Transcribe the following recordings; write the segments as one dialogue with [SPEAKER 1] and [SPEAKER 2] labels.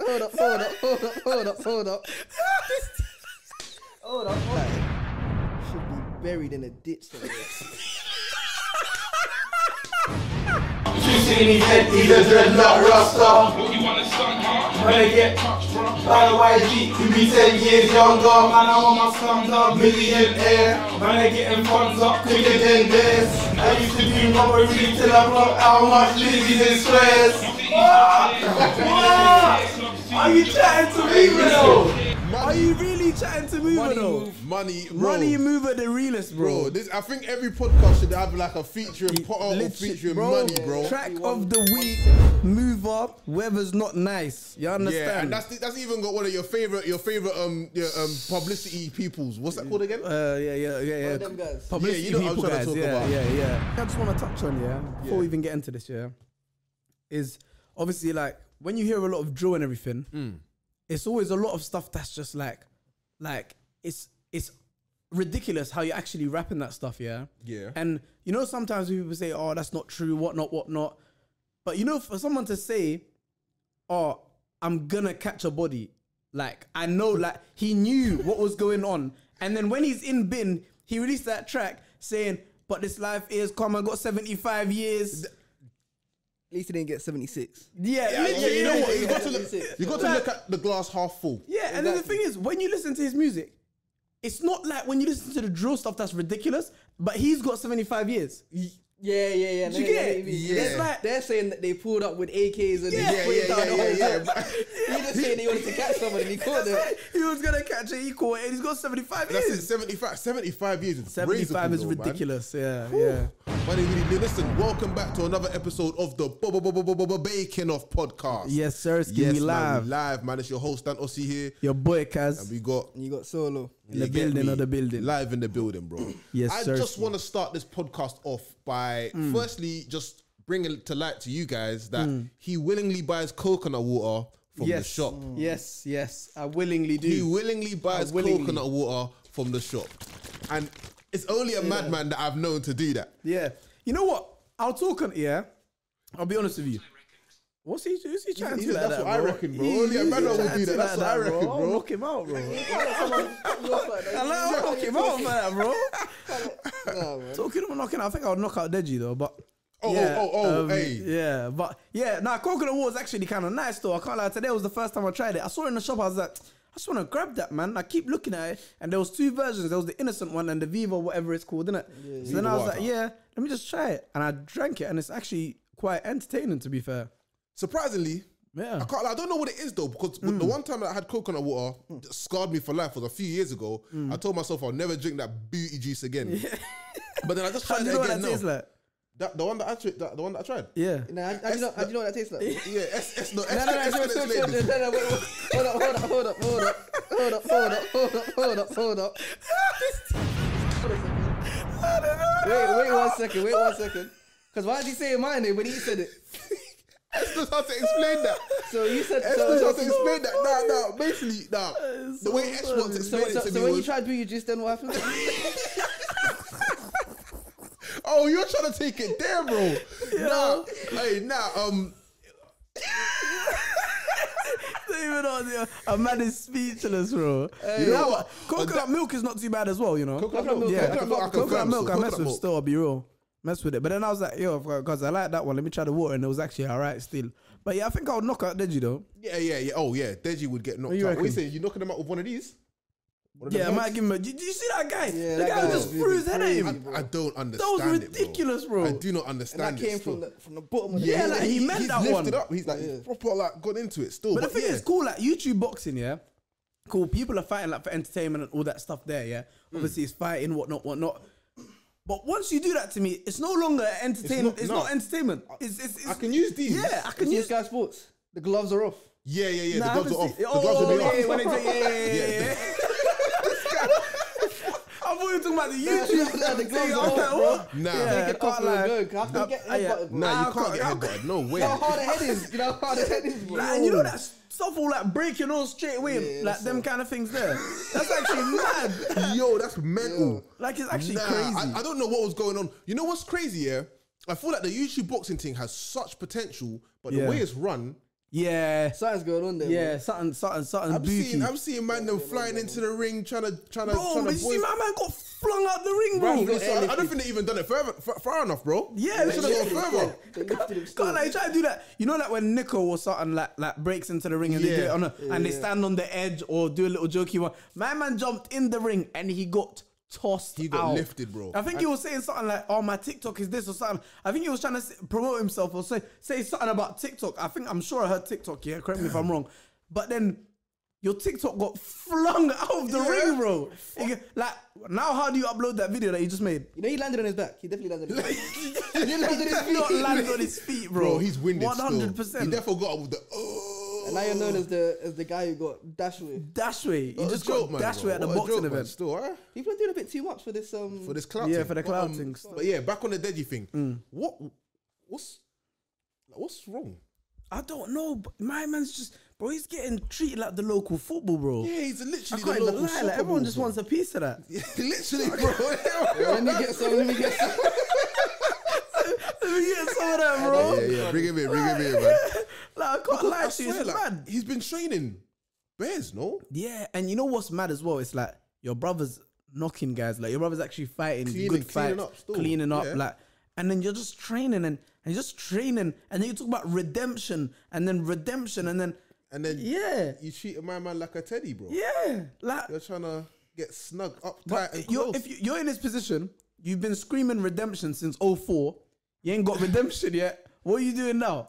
[SPEAKER 1] hold up, hold up, hold up, hold up, hold up. Hold up, hold up. Should be buried in a ditch somewhere.
[SPEAKER 2] He's a dreadlock rasta.
[SPEAKER 3] You want a son, huh?
[SPEAKER 2] Renegade. By the YG, you be 10 years younger. Man, I want my slums up, millionaire. Man, I getting funds up quicker than this. I used to do robbery till I brought out much ladies in stress. What? What? Are you chatting to me, Riddle?
[SPEAKER 4] Are you really chatting to me,
[SPEAKER 5] Money
[SPEAKER 4] though?
[SPEAKER 5] move, money, bro.
[SPEAKER 4] Money mover, the realest,
[SPEAKER 5] bro.
[SPEAKER 4] bro.
[SPEAKER 5] This, I think every podcast should have like a featuring Potter or
[SPEAKER 4] Legit,
[SPEAKER 5] featuring
[SPEAKER 4] bro.
[SPEAKER 5] money, bro.
[SPEAKER 4] Track of the week, move up. Weather's not nice. You understand?
[SPEAKER 5] Yeah, and that's the, that's even got one of your favorite your favorite um your, um publicity peoples. What's that called again?
[SPEAKER 4] Uh, yeah, yeah, yeah, yeah.
[SPEAKER 1] of them guys.
[SPEAKER 4] Publicity
[SPEAKER 5] Yeah, you know what I'm
[SPEAKER 4] people
[SPEAKER 5] trying to
[SPEAKER 4] guys.
[SPEAKER 5] talk
[SPEAKER 4] yeah,
[SPEAKER 5] about.
[SPEAKER 4] yeah, yeah. I just want to touch on yeah before we even get into this. Yeah, is obviously like when you hear a lot of drill and everything, it's always a lot of stuff that's just like, like it's it's ridiculous how you're actually rapping that stuff. Yeah,
[SPEAKER 5] Yeah.
[SPEAKER 4] And you know sometimes people say, "Oh, that's not true," whatnot, whatnot. But you know, for someone to say, "Oh, I'm gonna catch a body," like I know, like he knew what was going on. And then when he's in bin, he released that track saying, "But this life is come. I got 75 years."
[SPEAKER 1] At least he didn't get 76.
[SPEAKER 4] Yeah,
[SPEAKER 5] Yeah, yeah,
[SPEAKER 4] literally.
[SPEAKER 5] you know what?
[SPEAKER 1] yeah,
[SPEAKER 5] You got to
[SPEAKER 1] yeah,
[SPEAKER 5] look,
[SPEAKER 1] yeah.
[SPEAKER 5] you got to look at the glass half full.
[SPEAKER 4] Yeah, and then the thing is, when you listen to his music, it's not like when you listen to the drill stuff that's ridiculous. But he's got 75 years.
[SPEAKER 1] Yeah, yeah, yeah.
[SPEAKER 4] Do you get it?
[SPEAKER 1] Yeah.
[SPEAKER 4] It's like-
[SPEAKER 1] They're saying that they pulled up with AKs and
[SPEAKER 4] Yeah,
[SPEAKER 1] they sprayed
[SPEAKER 5] yeah,
[SPEAKER 1] down
[SPEAKER 5] yeah,
[SPEAKER 1] the whole
[SPEAKER 5] yeah,
[SPEAKER 1] yeah, He just saying they wanted to catch someone and he caught them.
[SPEAKER 4] he was gonna catch an equal, and he's got 75
[SPEAKER 5] That's it.
[SPEAKER 4] years.
[SPEAKER 5] 75, 75 years. Is
[SPEAKER 4] 75
[SPEAKER 5] razor
[SPEAKER 4] is
[SPEAKER 5] cool, though, man.
[SPEAKER 4] ridiculous. Yeah, yeah.
[SPEAKER 5] Whew. But anyway, listen, welcome back to another episode of the Bo- Bo- Bo- Bo- Bo- Bo- Bo- Baking Off podcast.
[SPEAKER 4] Yes, sir. It's
[SPEAKER 5] yes,
[SPEAKER 4] yes,
[SPEAKER 5] man,
[SPEAKER 4] live.
[SPEAKER 5] we live, man. It's your host Dan Ossie here,
[SPEAKER 4] Your boy Kaz.
[SPEAKER 5] and we got
[SPEAKER 1] And you got solo.
[SPEAKER 4] In the
[SPEAKER 5] You get
[SPEAKER 4] building
[SPEAKER 5] me?
[SPEAKER 4] of the building.
[SPEAKER 5] Live in the building, bro.
[SPEAKER 4] Yes,
[SPEAKER 5] I
[SPEAKER 4] sir. Mm.
[SPEAKER 5] just want to start this podcast off by firstly just bringing to light to you guys that he willingly buys coconut water from the shop.
[SPEAKER 4] Yes, Mm. yes. I willingly
[SPEAKER 5] He
[SPEAKER 4] do.
[SPEAKER 5] willingly buys
[SPEAKER 4] willingly.
[SPEAKER 5] coconut water from the shop. And it's only a madman that I've known to do that.
[SPEAKER 4] Yeah. You know what? I'll talk on yeah. I'll be honest with you. What's he? Who's he trying
[SPEAKER 5] he
[SPEAKER 4] to?
[SPEAKER 5] said,
[SPEAKER 4] like
[SPEAKER 5] "That's
[SPEAKER 4] that,
[SPEAKER 5] what I
[SPEAKER 4] bro?
[SPEAKER 5] reckon, bro.
[SPEAKER 4] He-
[SPEAKER 5] Only a
[SPEAKER 4] who's he
[SPEAKER 5] man would
[SPEAKER 4] trying
[SPEAKER 5] do
[SPEAKER 4] to
[SPEAKER 5] that.
[SPEAKER 4] like
[SPEAKER 5] That's what I reckon,
[SPEAKER 4] I'll
[SPEAKER 5] bro.
[SPEAKER 4] knock him out, bro.
[SPEAKER 1] You let someone cut you off like that.
[SPEAKER 4] I like, I'll knock him out for that, bro.
[SPEAKER 1] Nah, man.
[SPEAKER 4] Talking about knocking, out, I think I'll knock out Deji though. But
[SPEAKER 5] Oh,
[SPEAKER 4] yeah,
[SPEAKER 5] oh, oh, oh,
[SPEAKER 4] um,
[SPEAKER 5] hey.
[SPEAKER 4] yeah. But yeah, nah, coconut water is actually kind of nice though. I can't lie. Today was the first time I tried it. I saw it in the shop. I was like, I just want to grab that, man. I keep looking at it, and there was two versions. There was the innocent one and the Viva, whatever it's called, innit? So then I was
[SPEAKER 5] water.
[SPEAKER 4] like, yeah, let me just try it, and I drank it, and it's actually quite entertaining, to be fair.
[SPEAKER 5] Surprisingly,
[SPEAKER 4] Yeah. Mm.
[SPEAKER 5] I can't. I don't know what it is though, because but the one time that I had coconut water that scarred me for life was a few years ago.
[SPEAKER 4] Mm.
[SPEAKER 5] I told myself I'll never drink that booty juice again. but then I just
[SPEAKER 4] How
[SPEAKER 5] tried
[SPEAKER 4] do you
[SPEAKER 5] it
[SPEAKER 4] know what
[SPEAKER 5] again
[SPEAKER 4] that
[SPEAKER 5] now.
[SPEAKER 4] tastes like?
[SPEAKER 5] That- the one that I tried, that, the one that I tried.
[SPEAKER 4] Yeah.
[SPEAKER 1] Nah, how- how do you know- how do you know what that tastes like?
[SPEAKER 5] Yeah, S, S, no, S,
[SPEAKER 1] No, no, no,
[SPEAKER 5] S,
[SPEAKER 1] no,
[SPEAKER 5] S,
[SPEAKER 1] no,
[SPEAKER 5] S,
[SPEAKER 1] no, no,
[SPEAKER 5] ladies.
[SPEAKER 1] no, no, wait, wait. Hold up, hold up, hold up, hold up, hold up, hold up, hold up, hold up, hold up. Wait, wait one second, wait one second. Because why did he say mine then when he said it?
[SPEAKER 5] S knows how to explain that.
[SPEAKER 1] So you said
[SPEAKER 5] S
[SPEAKER 1] so.
[SPEAKER 5] knows how
[SPEAKER 1] so-
[SPEAKER 5] to explain that. Nah, nah, basically, nah. the way S wants to
[SPEAKER 1] So,
[SPEAKER 5] explain
[SPEAKER 1] so,
[SPEAKER 5] it to
[SPEAKER 1] so
[SPEAKER 5] me
[SPEAKER 1] when you
[SPEAKER 5] was,
[SPEAKER 1] tried to do your juice, then what happened?
[SPEAKER 5] oh, you're trying to take it there, bro. Nah, hey, nah, um,
[SPEAKER 4] Even on the- a man is speechless, bro. you know what? Coconut milk is not too bad as well, you know.
[SPEAKER 5] coconut milk,
[SPEAKER 4] yeah,
[SPEAKER 5] coconut milk, I
[SPEAKER 4] coconut
[SPEAKER 5] confirm,
[SPEAKER 4] milk.
[SPEAKER 5] so
[SPEAKER 4] I mess
[SPEAKER 5] coconut
[SPEAKER 4] with
[SPEAKER 5] milk.
[SPEAKER 4] still. I'll be real, mess with it. But then I was like, yo, because I like that one. Let me try the water, and it was actually all right still. But yeah, I think I'll knock out Deji though.
[SPEAKER 5] yeah, yeah, yeah. Oh, yeah, Deji would get knocked
[SPEAKER 4] you
[SPEAKER 5] out. What
[SPEAKER 4] reckon?
[SPEAKER 5] you saying? You knocking him out with one of these? One of
[SPEAKER 4] Yeah, I
[SPEAKER 5] them
[SPEAKER 4] might
[SPEAKER 5] mugs?
[SPEAKER 4] give him. A, did, did you see that guy?
[SPEAKER 1] Yeah,
[SPEAKER 4] the
[SPEAKER 1] that
[SPEAKER 4] guy,
[SPEAKER 1] guy
[SPEAKER 4] who just
[SPEAKER 1] was
[SPEAKER 4] threw his head at
[SPEAKER 1] crazy,
[SPEAKER 4] him.
[SPEAKER 5] I don't understand. it, bro.
[SPEAKER 4] ridiculous, bro.
[SPEAKER 5] I do not
[SPEAKER 1] And
[SPEAKER 5] understand.
[SPEAKER 1] that came
[SPEAKER 5] it still.
[SPEAKER 1] from the, from the bottom of the
[SPEAKER 4] Yeah,
[SPEAKER 1] pit.
[SPEAKER 4] like he meant
[SPEAKER 5] he's
[SPEAKER 4] that
[SPEAKER 5] lifted
[SPEAKER 4] one.
[SPEAKER 5] up. He's like he's proper like gone into it still.
[SPEAKER 4] But the thing
[SPEAKER 5] yeah.
[SPEAKER 4] is, cool, like YouTube boxing, yeah. Cool, people are fighting like for entertainment and all that stuff there, yeah.
[SPEAKER 5] Hmm.
[SPEAKER 4] Obviously, it's fighting, whatnot, whatnot. But once you do that to me, it's no longer entertainment.
[SPEAKER 5] not-
[SPEAKER 4] It's
[SPEAKER 5] no.
[SPEAKER 4] not entertainment. It's, it's, it's
[SPEAKER 5] I can use these.
[SPEAKER 4] Yeah, I can
[SPEAKER 1] It's
[SPEAKER 4] use.
[SPEAKER 1] Sky Sports. The gloves are off.
[SPEAKER 5] Yeah, yeah, yeah.
[SPEAKER 4] Nah, I
[SPEAKER 5] the gloves are
[SPEAKER 4] haven't seen-
[SPEAKER 5] off. the gloves
[SPEAKER 4] oh,
[SPEAKER 5] are
[SPEAKER 4] yeah,
[SPEAKER 5] off.
[SPEAKER 4] yeah, when they take- yeah, yeah, yeah, yeah, yeah. I thought you were talking about the YouTube.
[SPEAKER 1] Nah, the
[SPEAKER 4] thing.
[SPEAKER 1] gloves
[SPEAKER 4] I was
[SPEAKER 1] are off,
[SPEAKER 4] like,
[SPEAKER 1] bro.
[SPEAKER 4] what?
[SPEAKER 5] Nah.
[SPEAKER 4] Yeah,
[SPEAKER 1] Take a
[SPEAKER 4] I can't
[SPEAKER 1] couple
[SPEAKER 4] lie.
[SPEAKER 1] of go. Have to get
[SPEAKER 4] Ah, yeah.
[SPEAKER 1] headbutted, bro.
[SPEAKER 5] Nah,
[SPEAKER 4] Nah,
[SPEAKER 5] you
[SPEAKER 4] I
[SPEAKER 5] can't get
[SPEAKER 4] can't-
[SPEAKER 5] headbutted. No way.
[SPEAKER 1] You know how hard a head is? You know how hard a head is, bro?
[SPEAKER 4] Like, and you know that stuff all like breaking all straight away,
[SPEAKER 1] Yeah,
[SPEAKER 4] like
[SPEAKER 1] that's
[SPEAKER 4] them kind of things there. That's actually mad.
[SPEAKER 5] Yo, that's mental.
[SPEAKER 4] Like it's actually
[SPEAKER 5] Nah,
[SPEAKER 4] crazy.
[SPEAKER 5] I, I don't know what was going on. You know what's crazy? Yeah, I feel like the YouTube boxing thing has such potential, but the
[SPEAKER 4] Yeah.
[SPEAKER 5] way it's run
[SPEAKER 4] Yeah,
[SPEAKER 1] Something's going on there.
[SPEAKER 4] yeah, something, something, something.
[SPEAKER 5] I'm seeing,
[SPEAKER 4] Bookie.
[SPEAKER 5] I'm seeing man them flying into the ring trying to trying to.
[SPEAKER 4] Bro,
[SPEAKER 5] trying to
[SPEAKER 4] did you see my man got flung out the ring,
[SPEAKER 5] Bro,
[SPEAKER 4] bro?
[SPEAKER 5] listen, I, I don't think they even done it further, f- far enough, bro.
[SPEAKER 4] Yeah,
[SPEAKER 5] they should have gone further.
[SPEAKER 1] They lifted him still.
[SPEAKER 4] God, like, try to do that. You know, like when Nico or something like like breaks into the ring and they do
[SPEAKER 5] Yeah.
[SPEAKER 4] it on a, and they stand on the edge or do a little jokey one. My man jumped in the ring and he got tossed.
[SPEAKER 5] He got
[SPEAKER 4] out.
[SPEAKER 5] lifted, bro.
[SPEAKER 4] I think he was saying something like, "Oh, my TikTok is this" or something. I think he was trying to s- promote himself or say say something about TikTok. I think I'm sure I heard TikTok. Yeah, correct me if I'm wrong. But then your TikTok got flung out of the
[SPEAKER 5] Yeah.
[SPEAKER 4] ring, bro. It get- like now, how do you upload that video that you just made?
[SPEAKER 1] You know he landed on his back. He definitely landed on his back. he landed on his
[SPEAKER 4] He not
[SPEAKER 1] feet.
[SPEAKER 4] land on his feet, bro.
[SPEAKER 5] Bro, he's winded.
[SPEAKER 4] One hundred
[SPEAKER 5] still. He
[SPEAKER 4] percent.
[SPEAKER 5] therefore got up with the. Oh.
[SPEAKER 1] And now you're known as the as the guy who got dashed with.
[SPEAKER 4] Dashway. You
[SPEAKER 5] What Oh, a
[SPEAKER 4] just
[SPEAKER 5] joke,
[SPEAKER 4] got
[SPEAKER 5] man,
[SPEAKER 4] Dashway
[SPEAKER 5] bro.
[SPEAKER 4] at the
[SPEAKER 5] What a
[SPEAKER 4] boxing
[SPEAKER 5] joke, man,
[SPEAKER 4] event.
[SPEAKER 5] Still, huh?
[SPEAKER 1] People are doing a bit too much for this. Um,
[SPEAKER 5] for this clout.
[SPEAKER 4] Yeah,
[SPEAKER 5] thing.
[SPEAKER 4] for the
[SPEAKER 5] But,
[SPEAKER 4] clout Mm.
[SPEAKER 5] um,
[SPEAKER 4] thing.
[SPEAKER 5] But yeah, back on the Deji thing. What? What's? like, What's wrong?
[SPEAKER 4] I don't know, but my man's just bro. He's getting treated like the local football, bro.
[SPEAKER 5] Yeah, he's literally.
[SPEAKER 4] I can't even lie. Like, everyone just wants a piece of that.
[SPEAKER 5] literally, bro.
[SPEAKER 1] let me get some. Let me get some.
[SPEAKER 4] Let me get some of that, bro.
[SPEAKER 5] yeah, yeah. Bring him in. Bring him in, man.
[SPEAKER 4] Like I can't lie
[SPEAKER 5] I
[SPEAKER 4] to you.
[SPEAKER 5] swear,
[SPEAKER 4] It's
[SPEAKER 5] like,
[SPEAKER 4] mad.
[SPEAKER 5] he's been training bears, no?
[SPEAKER 4] Yeah, and you know what's mad as well? It's like your brother's knocking guys. Like your brother's actually fighting
[SPEAKER 5] Cleaning-
[SPEAKER 4] good
[SPEAKER 5] cleaning
[SPEAKER 4] fights,
[SPEAKER 5] up still.
[SPEAKER 4] cleaning up.
[SPEAKER 5] Yeah.
[SPEAKER 4] Like, and then you're just training and, and you're just training, and then you talk about redemption, and then redemption, and then
[SPEAKER 5] And then
[SPEAKER 4] yeah,
[SPEAKER 5] you treated my man like a teddy, bro.
[SPEAKER 4] yeah, like
[SPEAKER 5] You're trying to get snug up tight
[SPEAKER 4] But
[SPEAKER 5] and
[SPEAKER 4] you're,
[SPEAKER 5] close.
[SPEAKER 4] if you, you're in this position, you've been screaming redemption since 04. You ain't got redemption yet. What are you doing now?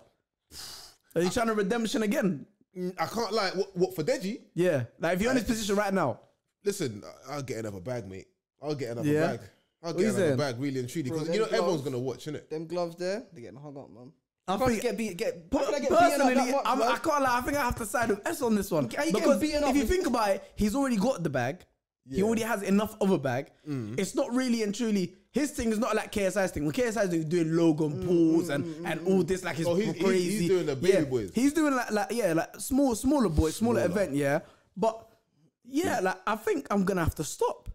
[SPEAKER 4] Are you trying to redemption again?
[SPEAKER 5] Mm, I can't lie. What, what for Deji?
[SPEAKER 4] Yeah. Like if you're in this position right now,
[SPEAKER 5] Listen, I- I'll get another bag, mate. I'll get another
[SPEAKER 4] Yeah.
[SPEAKER 5] bag. I'll
[SPEAKER 4] you
[SPEAKER 5] get another
[SPEAKER 4] saying?
[SPEAKER 5] bag, really and truly, because you know
[SPEAKER 1] them
[SPEAKER 5] everyone's
[SPEAKER 1] gloves.
[SPEAKER 5] gonna watch, innit?
[SPEAKER 1] Them gloves there, they're getting hung up, man.
[SPEAKER 4] I
[SPEAKER 1] Can't
[SPEAKER 4] think
[SPEAKER 1] get beat. Get
[SPEAKER 4] But
[SPEAKER 1] how can I get beaten up
[SPEAKER 4] personally,
[SPEAKER 1] that much,
[SPEAKER 4] I'm,
[SPEAKER 1] bro?
[SPEAKER 4] I can't lie. I think I have to side with S on this one
[SPEAKER 1] How you getting
[SPEAKER 4] because
[SPEAKER 1] beaten
[SPEAKER 4] if
[SPEAKER 1] up
[SPEAKER 4] you
[SPEAKER 1] with-
[SPEAKER 4] think about it, he's already got the bag. He already has enough of a bag.
[SPEAKER 1] Mm.
[SPEAKER 4] It's not really and truly his thing. Is not like KSI's thing. When KSI's doing, doing
[SPEAKER 1] Mm,
[SPEAKER 4] Logan Pauls and and all this, like he's,
[SPEAKER 5] Oh, he's- he's-
[SPEAKER 4] crazy.
[SPEAKER 5] he's doing the baby
[SPEAKER 4] yeah.
[SPEAKER 5] boys.
[SPEAKER 4] He's doing like like yeah, like small smaller boy, smaller, event. Yeah, but yeah, like I think I'm gonna have to stop.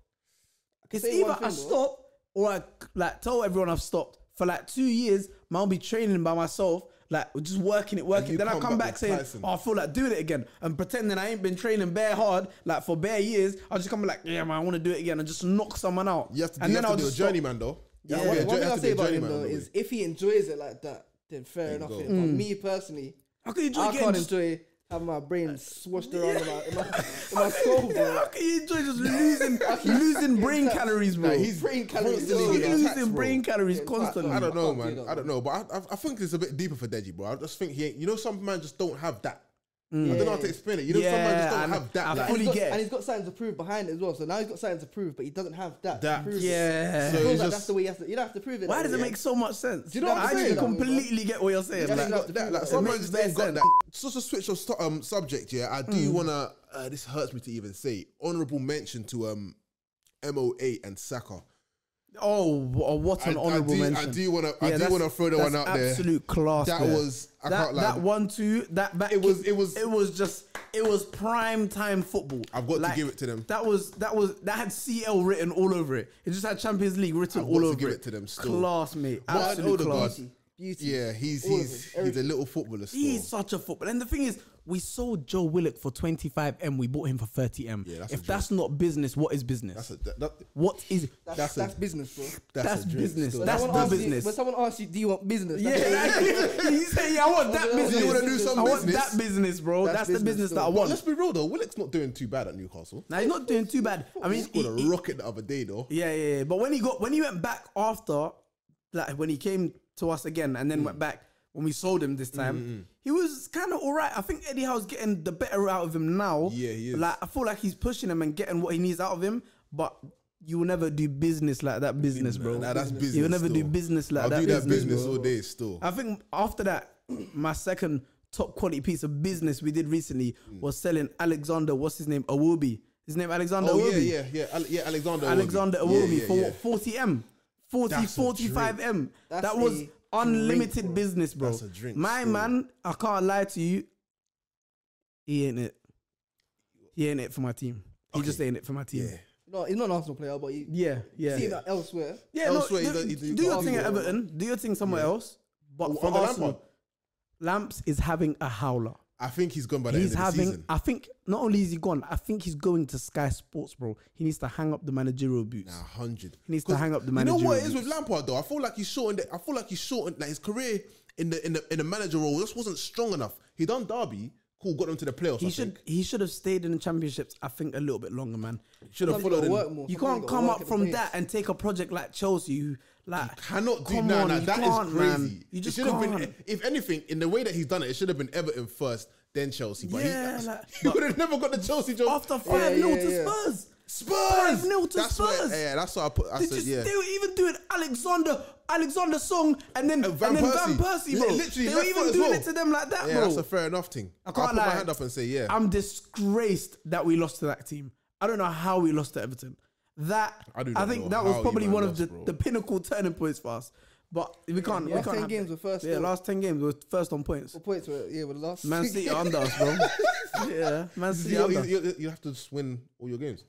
[SPEAKER 4] It's
[SPEAKER 1] say
[SPEAKER 4] either
[SPEAKER 1] one
[SPEAKER 4] I
[SPEAKER 1] thing, though.
[SPEAKER 4] stop or I like tell everyone I've stopped for like two years. Man, I'll be training by myself, like just working it, working.
[SPEAKER 5] you
[SPEAKER 4] it. Then I
[SPEAKER 5] come
[SPEAKER 4] come
[SPEAKER 5] back
[SPEAKER 4] back
[SPEAKER 5] with
[SPEAKER 4] saying,
[SPEAKER 5] Tyson.
[SPEAKER 4] "Oh, I feel like doing it again," and pretending I ain't been training bare hard like for bare years. I just come like, "Yeah, man, I want to do it again," and just knock someone out.
[SPEAKER 5] You have to,
[SPEAKER 4] and
[SPEAKER 5] you have to do a
[SPEAKER 4] just stop.
[SPEAKER 5] journeyman, though. You have
[SPEAKER 1] Yeah,
[SPEAKER 5] to
[SPEAKER 1] one,
[SPEAKER 5] be a
[SPEAKER 1] one
[SPEAKER 5] jour-
[SPEAKER 1] thing
[SPEAKER 5] have
[SPEAKER 1] I'll
[SPEAKER 5] to be
[SPEAKER 1] say
[SPEAKER 5] a
[SPEAKER 1] about him
[SPEAKER 5] journeyman,
[SPEAKER 1] though
[SPEAKER 5] don't
[SPEAKER 1] is if he enjoys it like that, then fair enough.
[SPEAKER 5] go.
[SPEAKER 1] innit?
[SPEAKER 4] Mm.
[SPEAKER 1] But me personally,
[SPEAKER 4] How can you enjoy
[SPEAKER 1] I
[SPEAKER 4] getting
[SPEAKER 1] can't
[SPEAKER 4] just-
[SPEAKER 1] enjoy having my brain swashed around in my in my, in
[SPEAKER 4] How can you-
[SPEAKER 1] my skull, bro.
[SPEAKER 4] How can you enjoy just losing losing brain
[SPEAKER 1] Nah,
[SPEAKER 4] calories, bro?
[SPEAKER 5] Nah, he's
[SPEAKER 1] Brain calories.
[SPEAKER 5] constantly
[SPEAKER 1] Yo,
[SPEAKER 5] getting
[SPEAKER 1] he's
[SPEAKER 5] attacked,
[SPEAKER 4] losing
[SPEAKER 5] bro.
[SPEAKER 4] brain calories constantly.
[SPEAKER 5] I don't know,
[SPEAKER 1] Can't do
[SPEAKER 5] man.
[SPEAKER 1] that,
[SPEAKER 5] I don't know, but I, I, I think it's a bit deeper for Deji, bro. I just think he, ain't, you know, some man just don't have that. I don't know how to explain it. You know, some man
[SPEAKER 4] Yeah,
[SPEAKER 5] just
[SPEAKER 4] I
[SPEAKER 5] don't
[SPEAKER 4] know.
[SPEAKER 5] have that.
[SPEAKER 4] I
[SPEAKER 5] like-
[SPEAKER 1] And he's
[SPEAKER 4] fully
[SPEAKER 1] got-
[SPEAKER 4] get it.
[SPEAKER 1] And he's got something to prove behind it as well. So now he's got something to prove, but he doesn't have that.
[SPEAKER 5] That.
[SPEAKER 1] to prove it.
[SPEAKER 4] Yeah.
[SPEAKER 5] So
[SPEAKER 1] It feels
[SPEAKER 5] it's
[SPEAKER 1] like that's
[SPEAKER 5] just
[SPEAKER 1] the way you have to. You don't have to prove it.
[SPEAKER 4] Why
[SPEAKER 1] that
[SPEAKER 4] does it
[SPEAKER 1] way.
[SPEAKER 4] make so much sense? Do
[SPEAKER 1] you know what I'm
[SPEAKER 4] I
[SPEAKER 1] saying?
[SPEAKER 4] completely get what you're saying.
[SPEAKER 1] Yeah,
[SPEAKER 4] like-
[SPEAKER 1] you know-
[SPEAKER 5] got that. Like
[SPEAKER 1] It
[SPEAKER 5] some man
[SPEAKER 4] makes
[SPEAKER 5] just
[SPEAKER 4] bare
[SPEAKER 5] ain't got
[SPEAKER 4] sense.
[SPEAKER 5] that. Just to switch of stu- um, subject, yeah. I do
[SPEAKER 1] Mm.
[SPEAKER 5] wanna. Uh, this hurts me to even say. Honorable mention to um, MOA and Saka.
[SPEAKER 4] Oh, w- oh, what
[SPEAKER 5] I,
[SPEAKER 4] an honourable
[SPEAKER 5] I do,
[SPEAKER 4] mention!
[SPEAKER 5] I do wanna. I do
[SPEAKER 4] that's-
[SPEAKER 5] wanna throw that one
[SPEAKER 4] that's
[SPEAKER 5] out there.
[SPEAKER 4] Absolute class.
[SPEAKER 5] That
[SPEAKER 4] man.
[SPEAKER 5] was- I
[SPEAKER 4] that,
[SPEAKER 5] can't lie.
[SPEAKER 4] that one two. That back.
[SPEAKER 5] It was-
[SPEAKER 4] kick,
[SPEAKER 5] it was-
[SPEAKER 4] It was just. It was prime time football.
[SPEAKER 5] I've got to give it to them.
[SPEAKER 4] That was. That was. That had CL written all over it. It just had Champions League written
[SPEAKER 5] I've got
[SPEAKER 4] all
[SPEAKER 5] to
[SPEAKER 4] over
[SPEAKER 5] give
[SPEAKER 4] it.
[SPEAKER 5] it to them still.
[SPEAKER 4] Class, mate.
[SPEAKER 5] Martin
[SPEAKER 4] Absolute
[SPEAKER 5] Odegaard.
[SPEAKER 4] class.
[SPEAKER 1] beauty? Beauty.
[SPEAKER 5] Yeah, he's
[SPEAKER 1] All of
[SPEAKER 5] he's
[SPEAKER 1] them.
[SPEAKER 5] he's a little footballer. Still.
[SPEAKER 4] He's such a football. And the thing is, we sold Joe Willock for 25M. We bought him for 30M.
[SPEAKER 5] Yeah, that's a
[SPEAKER 4] if
[SPEAKER 5] joke.
[SPEAKER 4] that's not business, what is business?
[SPEAKER 5] That's a, that, that,
[SPEAKER 4] what is.
[SPEAKER 1] That's,
[SPEAKER 5] That's
[SPEAKER 1] that's,
[SPEAKER 5] a-
[SPEAKER 1] business, bro.
[SPEAKER 5] that's,
[SPEAKER 4] That's
[SPEAKER 5] a drink
[SPEAKER 4] business.
[SPEAKER 5] still.
[SPEAKER 4] That's
[SPEAKER 1] Someone
[SPEAKER 4] the
[SPEAKER 1] asks you-
[SPEAKER 4] business.
[SPEAKER 1] When someone asks you, "Do you want business?"
[SPEAKER 4] Yeah,
[SPEAKER 1] That's
[SPEAKER 4] like, he said, "Yeah, I want that
[SPEAKER 1] You
[SPEAKER 4] business.
[SPEAKER 5] wanna do some
[SPEAKER 4] I want
[SPEAKER 5] business?
[SPEAKER 4] that business, bro.
[SPEAKER 1] That's
[SPEAKER 4] That's, the
[SPEAKER 1] business
[SPEAKER 4] business
[SPEAKER 1] too.
[SPEAKER 4] that I
[SPEAKER 5] But
[SPEAKER 4] want."
[SPEAKER 5] let's be real though. Willock's not doing too bad at Newcastle.
[SPEAKER 4] Now he's not doing too bad. I mean,
[SPEAKER 5] He's got
[SPEAKER 4] he- he-
[SPEAKER 5] a rocket the other day though.
[SPEAKER 4] yeah, yeah, yeah. But when he got when he went back after, like when he came to us again and
[SPEAKER 5] Mm.
[SPEAKER 4] then went back when we sold him this time, he was kind of all right. I think Eddie Howe's getting the better out of him now.
[SPEAKER 5] Yeah, he is.
[SPEAKER 4] Like I feel like he's pushing him and getting what he needs out of him, but. You will never do business like that business, bro.
[SPEAKER 5] Nah, that's business.
[SPEAKER 4] You will never do
[SPEAKER 5] still.
[SPEAKER 4] business like
[SPEAKER 5] I'll
[SPEAKER 4] that
[SPEAKER 5] do that
[SPEAKER 4] business,
[SPEAKER 5] business
[SPEAKER 4] bro.
[SPEAKER 5] all day still.
[SPEAKER 4] I think after that, my second top quality piece of business we did recently
[SPEAKER 5] Mm.
[SPEAKER 4] was selling Alexander, what's his name? Awobi. His name Alexander
[SPEAKER 5] Oh yeah,
[SPEAKER 4] Awobi.
[SPEAKER 5] yeah, yeah, Ale- yeah. Alexander. Iwobi.
[SPEAKER 4] Alexander
[SPEAKER 5] Yeah,
[SPEAKER 4] Awobi
[SPEAKER 5] yeah,
[SPEAKER 4] for
[SPEAKER 5] yeah.
[SPEAKER 4] what? 40M. 40,
[SPEAKER 5] That's a
[SPEAKER 4] 45M.
[SPEAKER 1] That's
[SPEAKER 4] that was
[SPEAKER 1] a
[SPEAKER 4] unlimited
[SPEAKER 1] drink, bro.
[SPEAKER 4] business, bro.
[SPEAKER 5] That's a drink,
[SPEAKER 4] my
[SPEAKER 5] still.
[SPEAKER 4] man, I can't lie to you, he ain't it. He ain't it for my team. He
[SPEAKER 5] Okay.
[SPEAKER 4] just ain't it for my team.
[SPEAKER 5] Yeah.
[SPEAKER 1] No, he's not an Arsenal player, but you
[SPEAKER 4] Yeah, yeah.
[SPEAKER 1] see
[SPEAKER 4] yeah.
[SPEAKER 1] him elsewhere.
[SPEAKER 4] Yeah, no, do,
[SPEAKER 5] Elsewhere, he don't- he don't-
[SPEAKER 4] do your thing at
[SPEAKER 5] Arsenal.
[SPEAKER 4] Everton. Do your thing somewhere else. But
[SPEAKER 5] Oh,
[SPEAKER 4] for
[SPEAKER 5] under
[SPEAKER 4] Arsenal,
[SPEAKER 5] Lampard?
[SPEAKER 4] Lamps is having a howler.
[SPEAKER 5] I think he's gone by the
[SPEAKER 4] He's
[SPEAKER 5] end of the
[SPEAKER 4] having.
[SPEAKER 5] season.
[SPEAKER 4] I think not only is he gone, I think he's going to Sky Sports, bro. He needs to hang up the managerial boots.
[SPEAKER 5] A hundred.
[SPEAKER 4] He needs to
[SPEAKER 5] 'Cause
[SPEAKER 4] hang up the
[SPEAKER 5] You know what it
[SPEAKER 4] managerial
[SPEAKER 5] is with Lampard though? I feel like he's shortened. It. I feel like he's shortened. Like his career in the in the in the manager role just wasn't strong enough. He done Derby, cool, got them to the playoffs.
[SPEAKER 4] He
[SPEAKER 5] I
[SPEAKER 4] should.
[SPEAKER 5] think.
[SPEAKER 4] He should have stayed in the championships. I think a little bit longer, man.
[SPEAKER 5] should have
[SPEAKER 1] Sometimes you
[SPEAKER 5] followed.
[SPEAKER 1] gotta
[SPEAKER 5] him.
[SPEAKER 1] work more.
[SPEAKER 4] You
[SPEAKER 1] Sometimes
[SPEAKER 4] can't
[SPEAKER 1] you gotta
[SPEAKER 4] come
[SPEAKER 1] work
[SPEAKER 4] up
[SPEAKER 1] at the
[SPEAKER 4] from
[SPEAKER 1] pace.
[SPEAKER 4] that and take a project like Chelsea. Who like
[SPEAKER 5] Cannot do
[SPEAKER 4] come
[SPEAKER 5] nah,
[SPEAKER 4] on,
[SPEAKER 5] nah,
[SPEAKER 4] you
[SPEAKER 5] that is
[SPEAKER 4] can't,
[SPEAKER 5] crazy.
[SPEAKER 4] man. You
[SPEAKER 5] It
[SPEAKER 4] just
[SPEAKER 5] should have
[SPEAKER 4] can't.
[SPEAKER 5] been, if anything, in the way that he's done it, it should have been Everton first, then Chelsea. But
[SPEAKER 4] Yeah,
[SPEAKER 5] he,
[SPEAKER 4] like-
[SPEAKER 5] he would have never got the Chelsea job
[SPEAKER 4] after five nil
[SPEAKER 1] yeah,
[SPEAKER 4] to
[SPEAKER 1] yeah.
[SPEAKER 4] Spurs.
[SPEAKER 5] Spurs.
[SPEAKER 4] Five nil to
[SPEAKER 5] that's
[SPEAKER 4] Spurs.
[SPEAKER 5] Where, yeah, that's what I put. I
[SPEAKER 4] They
[SPEAKER 5] said,
[SPEAKER 4] just
[SPEAKER 5] yeah.
[SPEAKER 4] they were even doing Alexander Alexander Song and then
[SPEAKER 5] And
[SPEAKER 4] and,
[SPEAKER 5] Van
[SPEAKER 4] then
[SPEAKER 5] Persie.
[SPEAKER 4] Van Persie, bro.
[SPEAKER 5] Li- literally
[SPEAKER 4] they were
[SPEAKER 5] left
[SPEAKER 4] even
[SPEAKER 5] foot as
[SPEAKER 4] doing
[SPEAKER 5] well.
[SPEAKER 4] it to them like that,
[SPEAKER 5] yeah,
[SPEAKER 4] bro.
[SPEAKER 5] that's a fair enough thing.
[SPEAKER 4] I
[SPEAKER 5] I
[SPEAKER 4] can't
[SPEAKER 5] will put my
[SPEAKER 4] lie.
[SPEAKER 5] hand up and say, yeah. I'm,
[SPEAKER 4] I'm disgraced that we lost to that team. I don't know how we lost to Everton. That
[SPEAKER 5] I
[SPEAKER 4] I,
[SPEAKER 5] do not
[SPEAKER 4] think
[SPEAKER 5] know
[SPEAKER 4] that
[SPEAKER 5] how
[SPEAKER 4] was
[SPEAKER 5] you
[SPEAKER 4] probably
[SPEAKER 5] man
[SPEAKER 4] one
[SPEAKER 5] lost,
[SPEAKER 4] of the,
[SPEAKER 5] bro.
[SPEAKER 4] the pinnacle turning points for us. But we can't. we
[SPEAKER 1] last
[SPEAKER 4] can't
[SPEAKER 1] 10
[SPEAKER 4] have
[SPEAKER 1] games
[SPEAKER 4] that.
[SPEAKER 1] were first,
[SPEAKER 4] Yeah,
[SPEAKER 1] though.
[SPEAKER 4] last ten games were first on points.
[SPEAKER 1] Points were yeah, were the last.
[SPEAKER 4] Man City are under us, bro. yeah, Man City
[SPEAKER 5] you,
[SPEAKER 4] are under. us.
[SPEAKER 5] you- you have to just win all your games.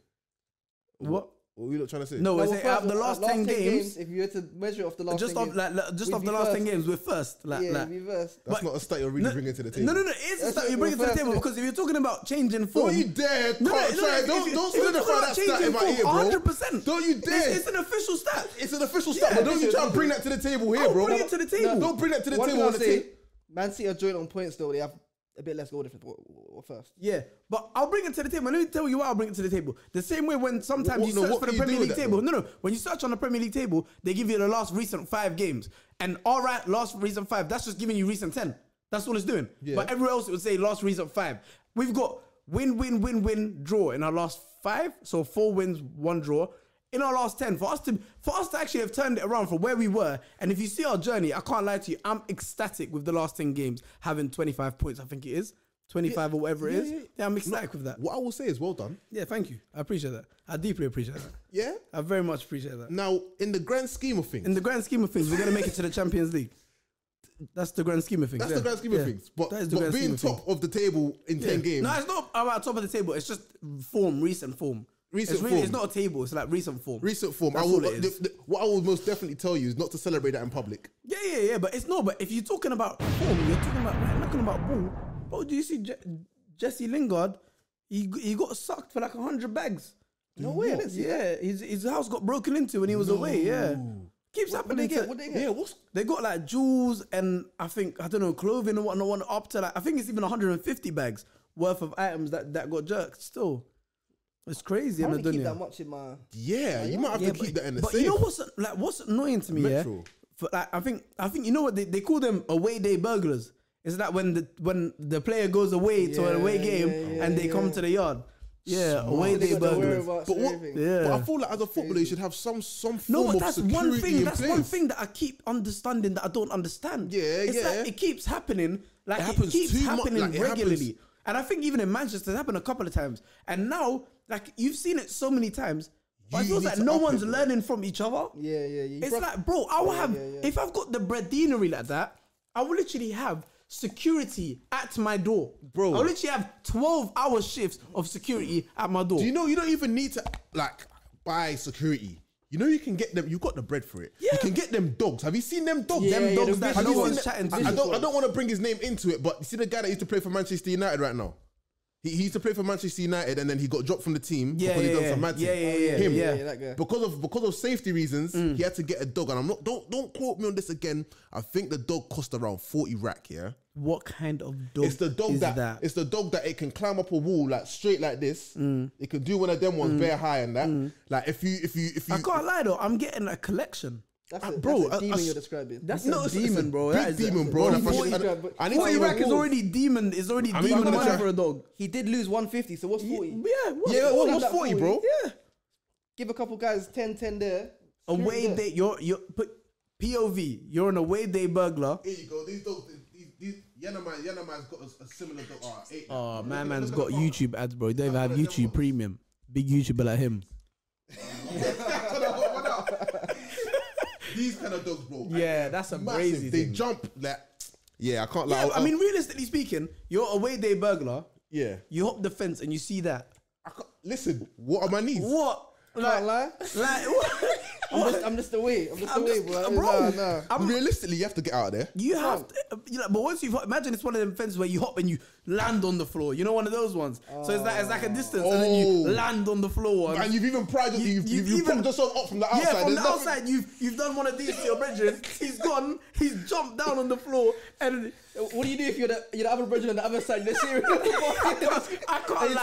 [SPEAKER 4] What?
[SPEAKER 5] What are you not trying to say?
[SPEAKER 4] No,
[SPEAKER 1] No,
[SPEAKER 4] is
[SPEAKER 1] we're
[SPEAKER 4] it
[SPEAKER 1] first
[SPEAKER 4] out of the
[SPEAKER 1] off-
[SPEAKER 4] last, ten games?
[SPEAKER 1] If you were to measure off the last,
[SPEAKER 4] just
[SPEAKER 1] 10
[SPEAKER 4] off
[SPEAKER 1] games,
[SPEAKER 4] like, like, just
[SPEAKER 1] we'd
[SPEAKER 4] off
[SPEAKER 1] be
[SPEAKER 4] the last ten
[SPEAKER 1] first.
[SPEAKER 4] games, we're first. Like,
[SPEAKER 1] yeah,
[SPEAKER 4] like-
[SPEAKER 1] we reversed.
[SPEAKER 5] that's
[SPEAKER 4] but-
[SPEAKER 5] not a stat you're really bringing to the table.
[SPEAKER 4] No, no, no. It is a
[SPEAKER 1] That's
[SPEAKER 4] stat
[SPEAKER 1] what
[SPEAKER 4] you bring it to the
[SPEAKER 1] we're
[SPEAKER 4] table
[SPEAKER 1] first.
[SPEAKER 4] because if you're talking about changing form,
[SPEAKER 5] Don't you dare!
[SPEAKER 4] No, no,
[SPEAKER 5] can't
[SPEAKER 4] no,
[SPEAKER 5] try-
[SPEAKER 4] if
[SPEAKER 5] don't
[SPEAKER 4] you-
[SPEAKER 5] don't
[SPEAKER 4] if you're
[SPEAKER 5] solidify
[SPEAKER 4] talking
[SPEAKER 5] that
[SPEAKER 4] about
[SPEAKER 5] stat
[SPEAKER 4] changing
[SPEAKER 5] in my
[SPEAKER 4] form,
[SPEAKER 5] ear, bro.
[SPEAKER 4] 100%.
[SPEAKER 5] Don't you dare!
[SPEAKER 4] It's, it's an official stat.
[SPEAKER 5] It's an official stat, but don't you try and bring that to the table here,
[SPEAKER 4] Don't
[SPEAKER 5] bro.
[SPEAKER 4] bring it to the table.
[SPEAKER 5] Don't bring that to the
[SPEAKER 1] One
[SPEAKER 5] table.
[SPEAKER 1] thing
[SPEAKER 5] On
[SPEAKER 1] I'll
[SPEAKER 5] the
[SPEAKER 1] say,
[SPEAKER 5] table.
[SPEAKER 1] Man City are joint on points though. They have a bit less goal difference. What, what first?
[SPEAKER 4] Yeah, but I'll bring it to the table. Let me tell you why I'll bring it to the table. The same way when sometimes
[SPEAKER 5] What-
[SPEAKER 4] you
[SPEAKER 5] no,
[SPEAKER 4] search
[SPEAKER 5] what
[SPEAKER 4] for
[SPEAKER 5] do
[SPEAKER 4] the
[SPEAKER 5] you do
[SPEAKER 4] Premier
[SPEAKER 5] with
[SPEAKER 4] League
[SPEAKER 5] that,
[SPEAKER 4] table.
[SPEAKER 5] though?
[SPEAKER 4] No, no. When you search on the Premier League table, they give you the last recent five games. And all right, last recent five, that's just giving you recent 10. That's all it's doing. But everywhere else, it would say last recent five. We've got win, win, win, win, draw in our last five. So four wins, one draw. In our last ten, for us to for us to actually have turned it around from where we were, and if you see our journey, I can't lie to you, I'm ecstatic with the last ten games having 25 points. I think it is 25 or whatever it
[SPEAKER 5] yeah,
[SPEAKER 4] is.
[SPEAKER 5] yeah.
[SPEAKER 4] Yeah, I'm ecstatic with that.
[SPEAKER 5] What I will say is, well done.
[SPEAKER 4] Yeah, thank you. I appreciate that. I deeply appreciate that.
[SPEAKER 5] Yeah.
[SPEAKER 4] I very much appreciate that.
[SPEAKER 5] Now, in the grand scheme of things,
[SPEAKER 4] In the grand scheme of things, we're gonna make it to the Champions League. That's the grand scheme of things.
[SPEAKER 5] that's
[SPEAKER 4] yeah.
[SPEAKER 5] the grand scheme of
[SPEAKER 4] Yeah.
[SPEAKER 5] things. But,
[SPEAKER 4] That is the
[SPEAKER 5] but
[SPEAKER 4] grand scheme
[SPEAKER 5] being
[SPEAKER 4] of
[SPEAKER 5] top
[SPEAKER 4] things.
[SPEAKER 5] of the table in
[SPEAKER 4] Yeah.
[SPEAKER 5] ten games,
[SPEAKER 4] No, it's not about top of the table. It's just form, recent form.
[SPEAKER 5] Recent
[SPEAKER 4] it's really, It's
[SPEAKER 5] form.
[SPEAKER 4] not a table. It's like recent form.
[SPEAKER 5] recent form.
[SPEAKER 4] That's
[SPEAKER 5] I will,
[SPEAKER 4] all it
[SPEAKER 5] the-
[SPEAKER 4] is.
[SPEAKER 5] the- what I will most definitely tell you is not to celebrate that in public.
[SPEAKER 4] Yeah, yeah, yeah. But it's no. But if you're talking about form, you're talking about we're talking about ball. Bro, do you see Je- Jesse Lingard? He g- he got sucked for like hundred bags. No way. Yeah, his his house got broken into when he was away. Yeah, keeps happening.
[SPEAKER 1] What they
[SPEAKER 4] again.
[SPEAKER 1] get? What they get? Yeah, what's
[SPEAKER 4] They got like jewels and I think I don't know clothing and whatnot, whatnot up to like I think it's even 150 bags worth of items that, that got jerked. Still, it's crazy.
[SPEAKER 1] I
[SPEAKER 4] in
[SPEAKER 1] want to
[SPEAKER 4] the
[SPEAKER 1] keep
[SPEAKER 4] dunya.
[SPEAKER 1] that much in my.
[SPEAKER 5] Yeah, you might have to keep that in the
[SPEAKER 4] But
[SPEAKER 5] safe.
[SPEAKER 4] you know what's like what's annoying to me? Yeah,
[SPEAKER 5] Metro.
[SPEAKER 4] for, like, I think I think you know what they, they call them away day burglars. Is that when the when the player goes away to an
[SPEAKER 1] Yeah,
[SPEAKER 4] away
[SPEAKER 1] yeah,
[SPEAKER 4] game
[SPEAKER 1] yeah,
[SPEAKER 4] and they
[SPEAKER 1] yeah.
[SPEAKER 4] come to the yard? Yeah, away day
[SPEAKER 1] They got the
[SPEAKER 4] burglars.
[SPEAKER 1] whereabouts
[SPEAKER 5] But
[SPEAKER 1] and
[SPEAKER 5] what-
[SPEAKER 1] everything.
[SPEAKER 4] Yeah.
[SPEAKER 5] But I feel like as a footballer, you should have some some form
[SPEAKER 4] No, but
[SPEAKER 5] of
[SPEAKER 4] that's
[SPEAKER 5] security
[SPEAKER 4] one thing.
[SPEAKER 5] in
[SPEAKER 4] That's
[SPEAKER 5] place.
[SPEAKER 4] one thing that I keep understanding that I don't understand.
[SPEAKER 5] Yeah,
[SPEAKER 4] it's
[SPEAKER 5] yeah.
[SPEAKER 4] That it keeps happening. Like
[SPEAKER 5] It
[SPEAKER 4] it,
[SPEAKER 5] happens
[SPEAKER 4] keeps
[SPEAKER 5] too mu-
[SPEAKER 4] happening
[SPEAKER 5] like, it happens-
[SPEAKER 4] regularly. And I think even in Manchester, it's happened a couple of times. And now, like you've seen it so many times, but it
[SPEAKER 5] You
[SPEAKER 4] feels
[SPEAKER 5] need
[SPEAKER 4] like
[SPEAKER 5] to
[SPEAKER 4] no
[SPEAKER 5] up it,
[SPEAKER 4] one's
[SPEAKER 5] bro.
[SPEAKER 4] learning from each other.
[SPEAKER 1] Yeah, yeah, yeah.
[SPEAKER 4] It's like, bro, I will
[SPEAKER 1] Yeah,
[SPEAKER 4] have
[SPEAKER 1] yeah, yeah.
[SPEAKER 4] if I've got the breadinery like that, I will literally have security at my door,
[SPEAKER 5] Bro.
[SPEAKER 4] I will literally have twelve-hour shifts of security at my door.
[SPEAKER 5] Do you know you don't even need to like buy security? You know you can get them. You got the bread for it.
[SPEAKER 4] Yeah.
[SPEAKER 5] You can get them dogs. Have you seen them dogs?
[SPEAKER 1] Yeah,
[SPEAKER 5] them
[SPEAKER 1] yeah,
[SPEAKER 5] dogs.
[SPEAKER 1] the
[SPEAKER 5] that-
[SPEAKER 1] vicious
[SPEAKER 5] Have you
[SPEAKER 1] ones.
[SPEAKER 5] seen them-
[SPEAKER 4] Chatting
[SPEAKER 5] I,
[SPEAKER 4] to
[SPEAKER 5] I
[SPEAKER 4] you.
[SPEAKER 5] don't. I don't want to bring his name into it, but you see the guy that used to play for Manchester United right now. He, he used to play for Manchester United and then he got dropped from the team
[SPEAKER 4] Yeah,
[SPEAKER 5] because he
[SPEAKER 4] yeah,
[SPEAKER 5] done
[SPEAKER 4] yeah.
[SPEAKER 5] some mad
[SPEAKER 4] Yeah,
[SPEAKER 5] thing.
[SPEAKER 4] yeah, yeah,
[SPEAKER 5] Him.
[SPEAKER 4] yeah. Mm.
[SPEAKER 1] Yeah, that guy.
[SPEAKER 5] Because of because of safety reasons, he had to get a dog. And I'm not don't don't quote me on this again. I think the dog cost around 40 rack, yeah.
[SPEAKER 4] what kind of dog?
[SPEAKER 5] It's the dog
[SPEAKER 4] is
[SPEAKER 5] that,
[SPEAKER 4] that
[SPEAKER 5] it's the dog that it can climb up a wall like straight like this.
[SPEAKER 4] Mm.
[SPEAKER 5] It can do one of them ones bare high and that. Like if you if you if you
[SPEAKER 4] I can't lie though, I'm getting a collection.
[SPEAKER 1] That's
[SPEAKER 5] Uh, bro,
[SPEAKER 1] a, bro,
[SPEAKER 5] a-
[SPEAKER 1] that's
[SPEAKER 5] a
[SPEAKER 1] a demon
[SPEAKER 5] s-
[SPEAKER 1] you're describing.
[SPEAKER 4] That's
[SPEAKER 5] no,
[SPEAKER 4] a
[SPEAKER 5] it's- it's
[SPEAKER 4] demon,
[SPEAKER 5] a
[SPEAKER 4] bro.
[SPEAKER 5] big
[SPEAKER 4] That is
[SPEAKER 5] demon,
[SPEAKER 4] a,
[SPEAKER 5] bro.
[SPEAKER 1] Bro,
[SPEAKER 5] And I,
[SPEAKER 1] forty
[SPEAKER 5] fucking-
[SPEAKER 1] grand, but
[SPEAKER 5] I need
[SPEAKER 1] forty
[SPEAKER 5] to
[SPEAKER 4] 40 rack
[SPEAKER 1] rack
[SPEAKER 4] is
[SPEAKER 1] wall.
[SPEAKER 4] already demon. It's already
[SPEAKER 5] I mean,
[SPEAKER 4] demon
[SPEAKER 5] I'm gonna
[SPEAKER 4] money
[SPEAKER 5] try-
[SPEAKER 4] for a dog.
[SPEAKER 1] he did lose 150, so what's 40?
[SPEAKER 4] Yeah, what,
[SPEAKER 5] Yeah, what-
[SPEAKER 1] Forty
[SPEAKER 5] what's
[SPEAKER 1] black
[SPEAKER 5] 40,
[SPEAKER 1] forty.
[SPEAKER 5] bro?
[SPEAKER 4] Yeah,
[SPEAKER 1] Give a couple guys 10, 10 there.
[SPEAKER 4] away
[SPEAKER 1] Yeah.
[SPEAKER 4] day. You're you're put POV. You're an away day burglar.
[SPEAKER 5] Here you go. These dogs these, these Yanaman Yanaman's got a, a similar dog. Oh, eight.
[SPEAKER 4] Oh, my
[SPEAKER 5] Look at-
[SPEAKER 4] man's
[SPEAKER 5] look
[SPEAKER 4] got
[SPEAKER 5] at the farm.
[SPEAKER 4] YouTube ads, bro. He don't even
[SPEAKER 5] That's
[SPEAKER 4] have
[SPEAKER 5] what I said,
[SPEAKER 4] YouTube
[SPEAKER 5] bro.
[SPEAKER 4] Premium. Big YouTuber like him.
[SPEAKER 5] These kind of dogs, bro.
[SPEAKER 4] Yeah, that's a
[SPEAKER 5] Massive.
[SPEAKER 4] crazy
[SPEAKER 5] They
[SPEAKER 4] thing.
[SPEAKER 5] jump like Yeah, I can't lie.
[SPEAKER 4] Yeah,
[SPEAKER 5] I'll-
[SPEAKER 4] I mean, realistically speaking, you're a away day burglar.
[SPEAKER 5] yeah.
[SPEAKER 4] You hop the fence and you see that.
[SPEAKER 5] I can't, listen, what are my knees?
[SPEAKER 4] What?
[SPEAKER 1] Can't lie.
[SPEAKER 4] Like what?
[SPEAKER 1] I'm just, I'm just away. I'm just
[SPEAKER 4] I'm
[SPEAKER 1] away,
[SPEAKER 4] just-
[SPEAKER 1] bro.
[SPEAKER 4] bro.
[SPEAKER 1] Nah, nah.
[SPEAKER 4] I'm-
[SPEAKER 5] Realistically, you have to get out of there.
[SPEAKER 4] You have, to, you know, but once you, have imagine it's one of them fences where you hop and you land on the floor. You know, one of those ones. So it's like it's like a distance, and then you
[SPEAKER 5] Oh.
[SPEAKER 4] land on the floor one.
[SPEAKER 5] And you've even pried, you, have
[SPEAKER 4] you
[SPEAKER 5] you've, you've
[SPEAKER 4] even-
[SPEAKER 5] pulled yourself up from the outside.
[SPEAKER 4] Yeah, from
[SPEAKER 5] There's
[SPEAKER 4] the
[SPEAKER 5] nothing-
[SPEAKER 4] outside, you've you've done one of these to your brethren. He's gone. He's jumped down on the floor, and
[SPEAKER 1] What do you do if you're the, you're the other brother on the other side? They're serious.
[SPEAKER 4] I can't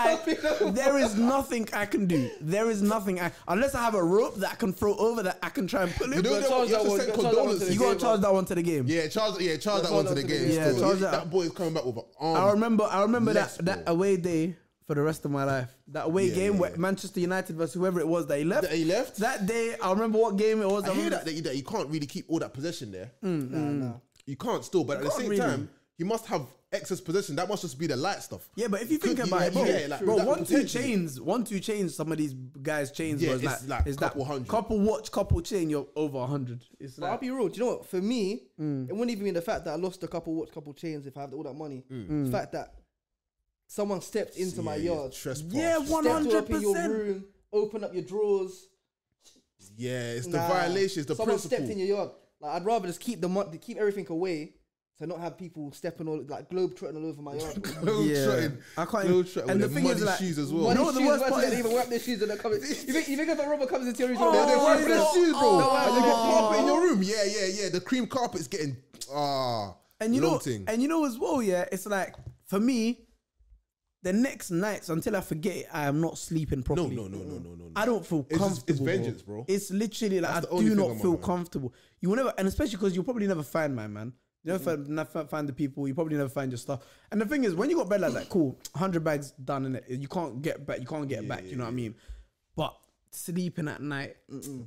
[SPEAKER 4] lie. There is nothing I can do. There is nothing I unless I have a rope that I can throw over that I can try and pull
[SPEAKER 5] You
[SPEAKER 4] it.
[SPEAKER 5] know,
[SPEAKER 4] You,
[SPEAKER 5] that-
[SPEAKER 1] Charles
[SPEAKER 5] you have
[SPEAKER 1] that
[SPEAKER 5] to
[SPEAKER 1] one-
[SPEAKER 5] send
[SPEAKER 1] Charles that one to the
[SPEAKER 5] condolences.
[SPEAKER 1] game.
[SPEAKER 4] gotta charge that one to the game.
[SPEAKER 5] Yeah, Charles, yeah, Charles that one to the game.
[SPEAKER 4] Yeah,
[SPEAKER 5] still.
[SPEAKER 4] Charles
[SPEAKER 5] Yeah,
[SPEAKER 4] that-
[SPEAKER 5] that boy is coming back with an arm.
[SPEAKER 4] I remember. I remember
[SPEAKER 5] Um, Yes,
[SPEAKER 4] that that
[SPEAKER 5] bro.
[SPEAKER 4] away day for the rest of my life. That away
[SPEAKER 5] Yeah,
[SPEAKER 4] game
[SPEAKER 5] yeah,
[SPEAKER 4] where
[SPEAKER 5] yeah.
[SPEAKER 4] Manchester United versus whoever it was that he left.
[SPEAKER 5] That he left?
[SPEAKER 4] that day. I remember what game it was.
[SPEAKER 5] I hear
[SPEAKER 4] remember-
[SPEAKER 5] that, that, you, that you can't really keep all that possession there.
[SPEAKER 4] Mm,
[SPEAKER 5] You can't still, but at the
[SPEAKER 4] can't
[SPEAKER 5] same
[SPEAKER 4] really.
[SPEAKER 5] time, you must have excess possession. That must just be the light stuff.
[SPEAKER 4] Yeah, but if you
[SPEAKER 5] Could
[SPEAKER 4] think
[SPEAKER 5] you-
[SPEAKER 4] about it,
[SPEAKER 5] yeah,
[SPEAKER 4] bro,
[SPEAKER 5] yeah, like,
[SPEAKER 4] bro
[SPEAKER 5] that
[SPEAKER 4] one two
[SPEAKER 5] potentially.
[SPEAKER 4] chains, one two chains. Some of these guys' chains,
[SPEAKER 5] Yeah,
[SPEAKER 4] bro, is
[SPEAKER 5] it's
[SPEAKER 4] like,
[SPEAKER 5] like
[SPEAKER 4] is
[SPEAKER 5] couple
[SPEAKER 4] that
[SPEAKER 5] hundred.
[SPEAKER 4] couple watch, couple chain. You're over hundred. It's
[SPEAKER 1] But I'll
[SPEAKER 4] like
[SPEAKER 1] be real. Do you know what? For me, it wouldn't even be the fact that I lost a couple watch, couple chains. If I had all that money, the fact that someone stepped into my
[SPEAKER 5] Yeah,
[SPEAKER 1] yard,
[SPEAKER 5] Trespass.
[SPEAKER 4] yeah, one
[SPEAKER 1] stepped all up
[SPEAKER 4] hundred
[SPEAKER 1] in your
[SPEAKER 4] percent.
[SPEAKER 1] room, open up your drawers.
[SPEAKER 5] Yeah, it's
[SPEAKER 1] Nah.
[SPEAKER 5] the violation, it's the
[SPEAKER 1] someone
[SPEAKER 5] principle.
[SPEAKER 1] stepped in your yard. Like I'd rather just keep the mon- keep everything away to not have people stepping all like globe trotting all over my yard. bro.
[SPEAKER 4] Yeah.
[SPEAKER 5] Globetrotting.
[SPEAKER 4] I can't-
[SPEAKER 5] Globetrotting
[SPEAKER 4] and
[SPEAKER 5] with
[SPEAKER 4] the
[SPEAKER 5] their
[SPEAKER 4] thing is,
[SPEAKER 5] muddy
[SPEAKER 4] like,
[SPEAKER 5] shoes as
[SPEAKER 1] But
[SPEAKER 5] well.
[SPEAKER 4] No,
[SPEAKER 1] his
[SPEAKER 4] the
[SPEAKER 1] shoes
[SPEAKER 4] worst
[SPEAKER 1] worse
[SPEAKER 4] part
[SPEAKER 1] than
[SPEAKER 4] is-
[SPEAKER 1] even wrap their shoes and they're coming. You think, you think if a robber comes into your room,
[SPEAKER 5] They're-
[SPEAKER 1] they're
[SPEAKER 5] they're
[SPEAKER 4] Oh,
[SPEAKER 5] wiping their
[SPEAKER 4] no.
[SPEAKER 5] shoes, bro.
[SPEAKER 4] Oh.
[SPEAKER 5] And you got carpet in your room. Yeah, yeah, yeah. The cream carpet's getting ah.
[SPEAKER 4] And you
[SPEAKER 5] long
[SPEAKER 4] know,
[SPEAKER 5] thing.
[SPEAKER 4] and you know as well. Yeah, it's like for me, the next nights until I forget, it, I am not sleeping
[SPEAKER 5] no,
[SPEAKER 4] properly.
[SPEAKER 5] no, no, no, no, no. no.
[SPEAKER 4] I don't feel
[SPEAKER 5] It's
[SPEAKER 4] comfortable.
[SPEAKER 5] just- it's vengeance, bro.
[SPEAKER 4] It's literally like
[SPEAKER 5] That's the
[SPEAKER 4] I
[SPEAKER 5] only
[SPEAKER 4] do
[SPEAKER 5] thing
[SPEAKER 4] not
[SPEAKER 5] on my
[SPEAKER 4] feel
[SPEAKER 5] mind.
[SPEAKER 4] comfortul. You will never, and especially because you'll probably never find my man. You never
[SPEAKER 5] Mm-hmm.
[SPEAKER 4] find, never find the people. You probably never find your stuff. And the thing is, when you got bed like that, cool, hundred bags done in it. You can't get back. You can't get it back. you know what I mean? But sleeping at night,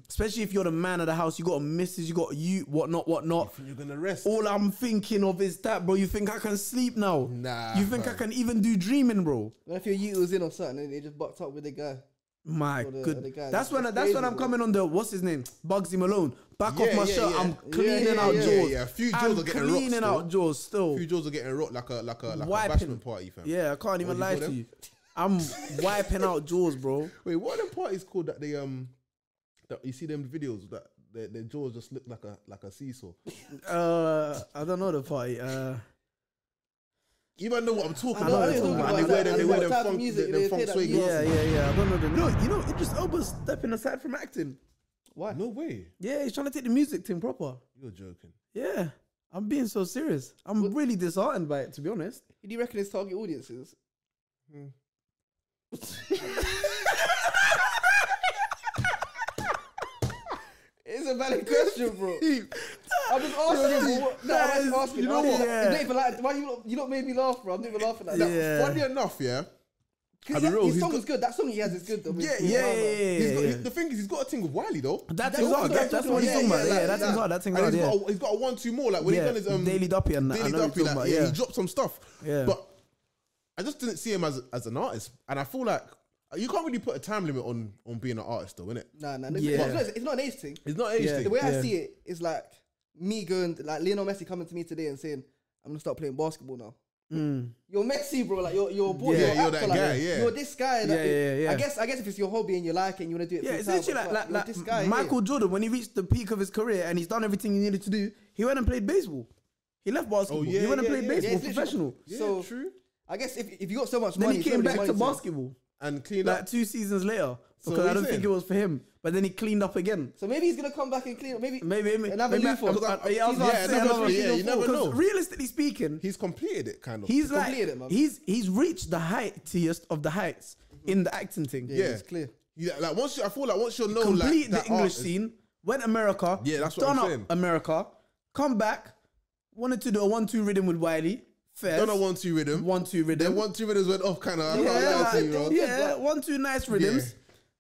[SPEAKER 4] especially if you're the man of the house, you got a missus, you got you, whatnot, whatnot.
[SPEAKER 5] You're gonna rest.
[SPEAKER 4] All I'm thinking of is that, bro. You think I can sleep now?
[SPEAKER 5] Nah,
[SPEAKER 4] You think
[SPEAKER 5] man.
[SPEAKER 4] I can even do dreaming, bro?
[SPEAKER 1] What if your youth was in or something and they just bucked up with the guy?
[SPEAKER 4] My
[SPEAKER 1] the-
[SPEAKER 4] good.
[SPEAKER 1] the guy.
[SPEAKER 4] that's when.
[SPEAKER 1] That's
[SPEAKER 4] that's when
[SPEAKER 1] crazy,
[SPEAKER 4] I'm
[SPEAKER 1] bro.
[SPEAKER 4] coming on the what's his name, Bugsy Malone. Back off
[SPEAKER 5] Yeah,
[SPEAKER 4] my
[SPEAKER 5] yeah,
[SPEAKER 4] shirt.
[SPEAKER 5] yeah.
[SPEAKER 4] I'm
[SPEAKER 5] Yeah,
[SPEAKER 4] cleaning
[SPEAKER 1] yeah,
[SPEAKER 4] out
[SPEAKER 1] yeah,
[SPEAKER 4] jaws.
[SPEAKER 5] yeah. A few jaws
[SPEAKER 4] I'm
[SPEAKER 5] are getting rocked
[SPEAKER 4] cleaning out
[SPEAKER 5] still.
[SPEAKER 4] jaws still.
[SPEAKER 5] Few jaws are getting rocked like a like a like a
[SPEAKER 4] Wiping.
[SPEAKER 5] bashment party, fam.
[SPEAKER 4] Yeah, I can't even
[SPEAKER 5] do you
[SPEAKER 4] lie
[SPEAKER 5] call
[SPEAKER 4] to
[SPEAKER 5] them?
[SPEAKER 4] you. I'm wiping out jaws, bro.
[SPEAKER 5] Wait, what are them parties called that they um that you see them videos that their, their jaws just look like a like a seesaw?
[SPEAKER 4] Uh, I don't know the party. Uh,
[SPEAKER 5] You man know what I'm talking
[SPEAKER 4] I know
[SPEAKER 5] about.
[SPEAKER 4] what you're talking
[SPEAKER 5] And
[SPEAKER 4] about.
[SPEAKER 5] they wear them, they wear
[SPEAKER 1] Like,
[SPEAKER 5] them
[SPEAKER 1] type of
[SPEAKER 5] funk,
[SPEAKER 1] music,
[SPEAKER 5] them
[SPEAKER 1] they
[SPEAKER 5] funk
[SPEAKER 1] play that
[SPEAKER 5] sway
[SPEAKER 1] music.
[SPEAKER 4] yeah,
[SPEAKER 5] glasses.
[SPEAKER 4] yeah, yeah. I don't know the. No, you know, Idris Elba's stepping aside from acting.
[SPEAKER 1] Why?
[SPEAKER 5] No way.
[SPEAKER 4] Yeah, he's trying to take the music thing proper.
[SPEAKER 5] You're joking.
[SPEAKER 4] Yeah, I'm being so serious. I'm really disheartened by it, to be honest.
[SPEAKER 1] Who do you reckon his target audience is?
[SPEAKER 4] Hmm.
[SPEAKER 1] it's a valid question, bro. I'm just asking. bro. what- No,
[SPEAKER 4] That
[SPEAKER 1] I'm
[SPEAKER 4] is-
[SPEAKER 1] just asking.
[SPEAKER 4] you know what?
[SPEAKER 1] Yeah.
[SPEAKER 4] Yeah.
[SPEAKER 1] Not even like, why you not, you not made me laugh, bro? I'm not even laughing at that.
[SPEAKER 4] Yeah.
[SPEAKER 5] Funny enough, yeah.
[SPEAKER 1] Because
[SPEAKER 5] I'll be real,
[SPEAKER 1] his
[SPEAKER 5] he's
[SPEAKER 1] song
[SPEAKER 5] got-
[SPEAKER 1] is good. That song he has is good, though.
[SPEAKER 4] Yeah,
[SPEAKER 1] It's-
[SPEAKER 4] yeah, yeah,
[SPEAKER 1] it's-
[SPEAKER 4] yeah,
[SPEAKER 5] He's
[SPEAKER 4] yeah,
[SPEAKER 5] got,
[SPEAKER 4] yeah.
[SPEAKER 5] he- the thing is, he's got a thing with Wiley though.
[SPEAKER 4] That
[SPEAKER 1] That
[SPEAKER 4] thing's
[SPEAKER 1] thing's
[SPEAKER 4] hard.
[SPEAKER 1] hard.
[SPEAKER 4] That, that's what he's
[SPEAKER 1] Yeah,
[SPEAKER 4] talking about.
[SPEAKER 1] yeah,
[SPEAKER 4] Yeah,
[SPEAKER 1] like
[SPEAKER 4] that thing's hard. That thing's
[SPEAKER 5] And
[SPEAKER 4] hard.
[SPEAKER 5] he's
[SPEAKER 4] Yeah.
[SPEAKER 5] got a, he's got a one two more like when
[SPEAKER 4] Yeah,
[SPEAKER 5] he done his um,
[SPEAKER 4] Daily Duppy and that, I
[SPEAKER 5] Daily
[SPEAKER 4] know what
[SPEAKER 5] Duppy
[SPEAKER 4] you're
[SPEAKER 5] like,
[SPEAKER 4] talking
[SPEAKER 5] yeah,
[SPEAKER 4] about, yeah.
[SPEAKER 5] he dropped some stuff.
[SPEAKER 4] Yeah.
[SPEAKER 5] but I just didn't see him as as an artist, and I feel like you can't really put a time limit on on being an artist though, innit?
[SPEAKER 1] Nah, nah.
[SPEAKER 4] Yeah.
[SPEAKER 1] It's, not, it's not an age thing.
[SPEAKER 5] It's not age
[SPEAKER 4] Yeah.
[SPEAKER 5] thing.
[SPEAKER 1] The way
[SPEAKER 4] Yeah.
[SPEAKER 1] I see it is like me going, like Lionel Messi coming to me today and saying, "I'm gonna start playing basketball now." You're Messi, bro. Like you're you're a boy.
[SPEAKER 4] Mm. Yeah,
[SPEAKER 5] you're
[SPEAKER 1] actor,
[SPEAKER 5] that
[SPEAKER 1] like,
[SPEAKER 5] guy, yeah.
[SPEAKER 1] You're this guy.
[SPEAKER 4] Yeah,
[SPEAKER 1] That
[SPEAKER 4] yeah, yeah.
[SPEAKER 1] I guess I guess if it's your hobby and you like it and you wanna do it,
[SPEAKER 4] Yeah,
[SPEAKER 1] full
[SPEAKER 4] it's
[SPEAKER 1] time,
[SPEAKER 4] literally
[SPEAKER 1] but
[SPEAKER 4] like, like,
[SPEAKER 1] you're
[SPEAKER 4] like
[SPEAKER 1] this guy.
[SPEAKER 4] Michael
[SPEAKER 1] yeah.
[SPEAKER 4] Jordan when he reached the peak of his career and he's done everything he needed to do. He went and played baseball. He left basketball.
[SPEAKER 5] Oh, yeah,
[SPEAKER 4] he went and
[SPEAKER 5] yeah,
[SPEAKER 4] played
[SPEAKER 5] yeah.
[SPEAKER 4] baseball,
[SPEAKER 1] Yeah, it's literally-
[SPEAKER 4] professional.
[SPEAKER 5] Yeah,
[SPEAKER 1] So-
[SPEAKER 5] true.
[SPEAKER 1] I guess if if you got so much
[SPEAKER 4] Then
[SPEAKER 1] money,
[SPEAKER 4] he
[SPEAKER 1] so
[SPEAKER 4] came
[SPEAKER 1] much
[SPEAKER 4] back
[SPEAKER 1] money
[SPEAKER 4] to basketball
[SPEAKER 5] And clean
[SPEAKER 4] like
[SPEAKER 5] up.
[SPEAKER 4] two seasons later because
[SPEAKER 5] what
[SPEAKER 4] I
[SPEAKER 5] you
[SPEAKER 4] don't think
[SPEAKER 5] saying?
[SPEAKER 4] it was for him. But then he cleaned up again.
[SPEAKER 1] So maybe he's gonna come back and clean. up. Maybe
[SPEAKER 4] Maybe, maybe
[SPEAKER 1] another
[SPEAKER 4] maybe
[SPEAKER 1] loophole.
[SPEAKER 5] Because I-
[SPEAKER 4] I- yeah, I was
[SPEAKER 5] Yeah,
[SPEAKER 4] about to say
[SPEAKER 5] another
[SPEAKER 4] another
[SPEAKER 5] loophole, yeah,
[SPEAKER 4] season
[SPEAKER 5] you never
[SPEAKER 4] four, 'cause
[SPEAKER 5] know.
[SPEAKER 4] Realistically speaking,
[SPEAKER 5] He's completed it, kind of.
[SPEAKER 4] he's
[SPEAKER 1] He
[SPEAKER 4] like
[SPEAKER 1] completed it, man.
[SPEAKER 4] he's he's reached the heightest of the heights in the acting thing.
[SPEAKER 5] yeah,
[SPEAKER 1] it's clear.
[SPEAKER 5] Yeah, like once you, I feel like once you know,
[SPEAKER 4] complete
[SPEAKER 5] like that
[SPEAKER 4] the English
[SPEAKER 5] artist-
[SPEAKER 4] scene, went America,
[SPEAKER 5] Yeah, that's what
[SPEAKER 4] done
[SPEAKER 5] I'm
[SPEAKER 4] up
[SPEAKER 5] saying.
[SPEAKER 4] America, come back, wanted to do a one-two rhythm with Wiley, first,
[SPEAKER 5] Don't know one two rhythm.
[SPEAKER 4] one-two rhythm,
[SPEAKER 5] Then one two rhythms went off, kind of.
[SPEAKER 4] yeah,
[SPEAKER 5] Yeah,
[SPEAKER 4] like,
[SPEAKER 5] like, you, know?
[SPEAKER 4] yeah, one-two nice rhythms.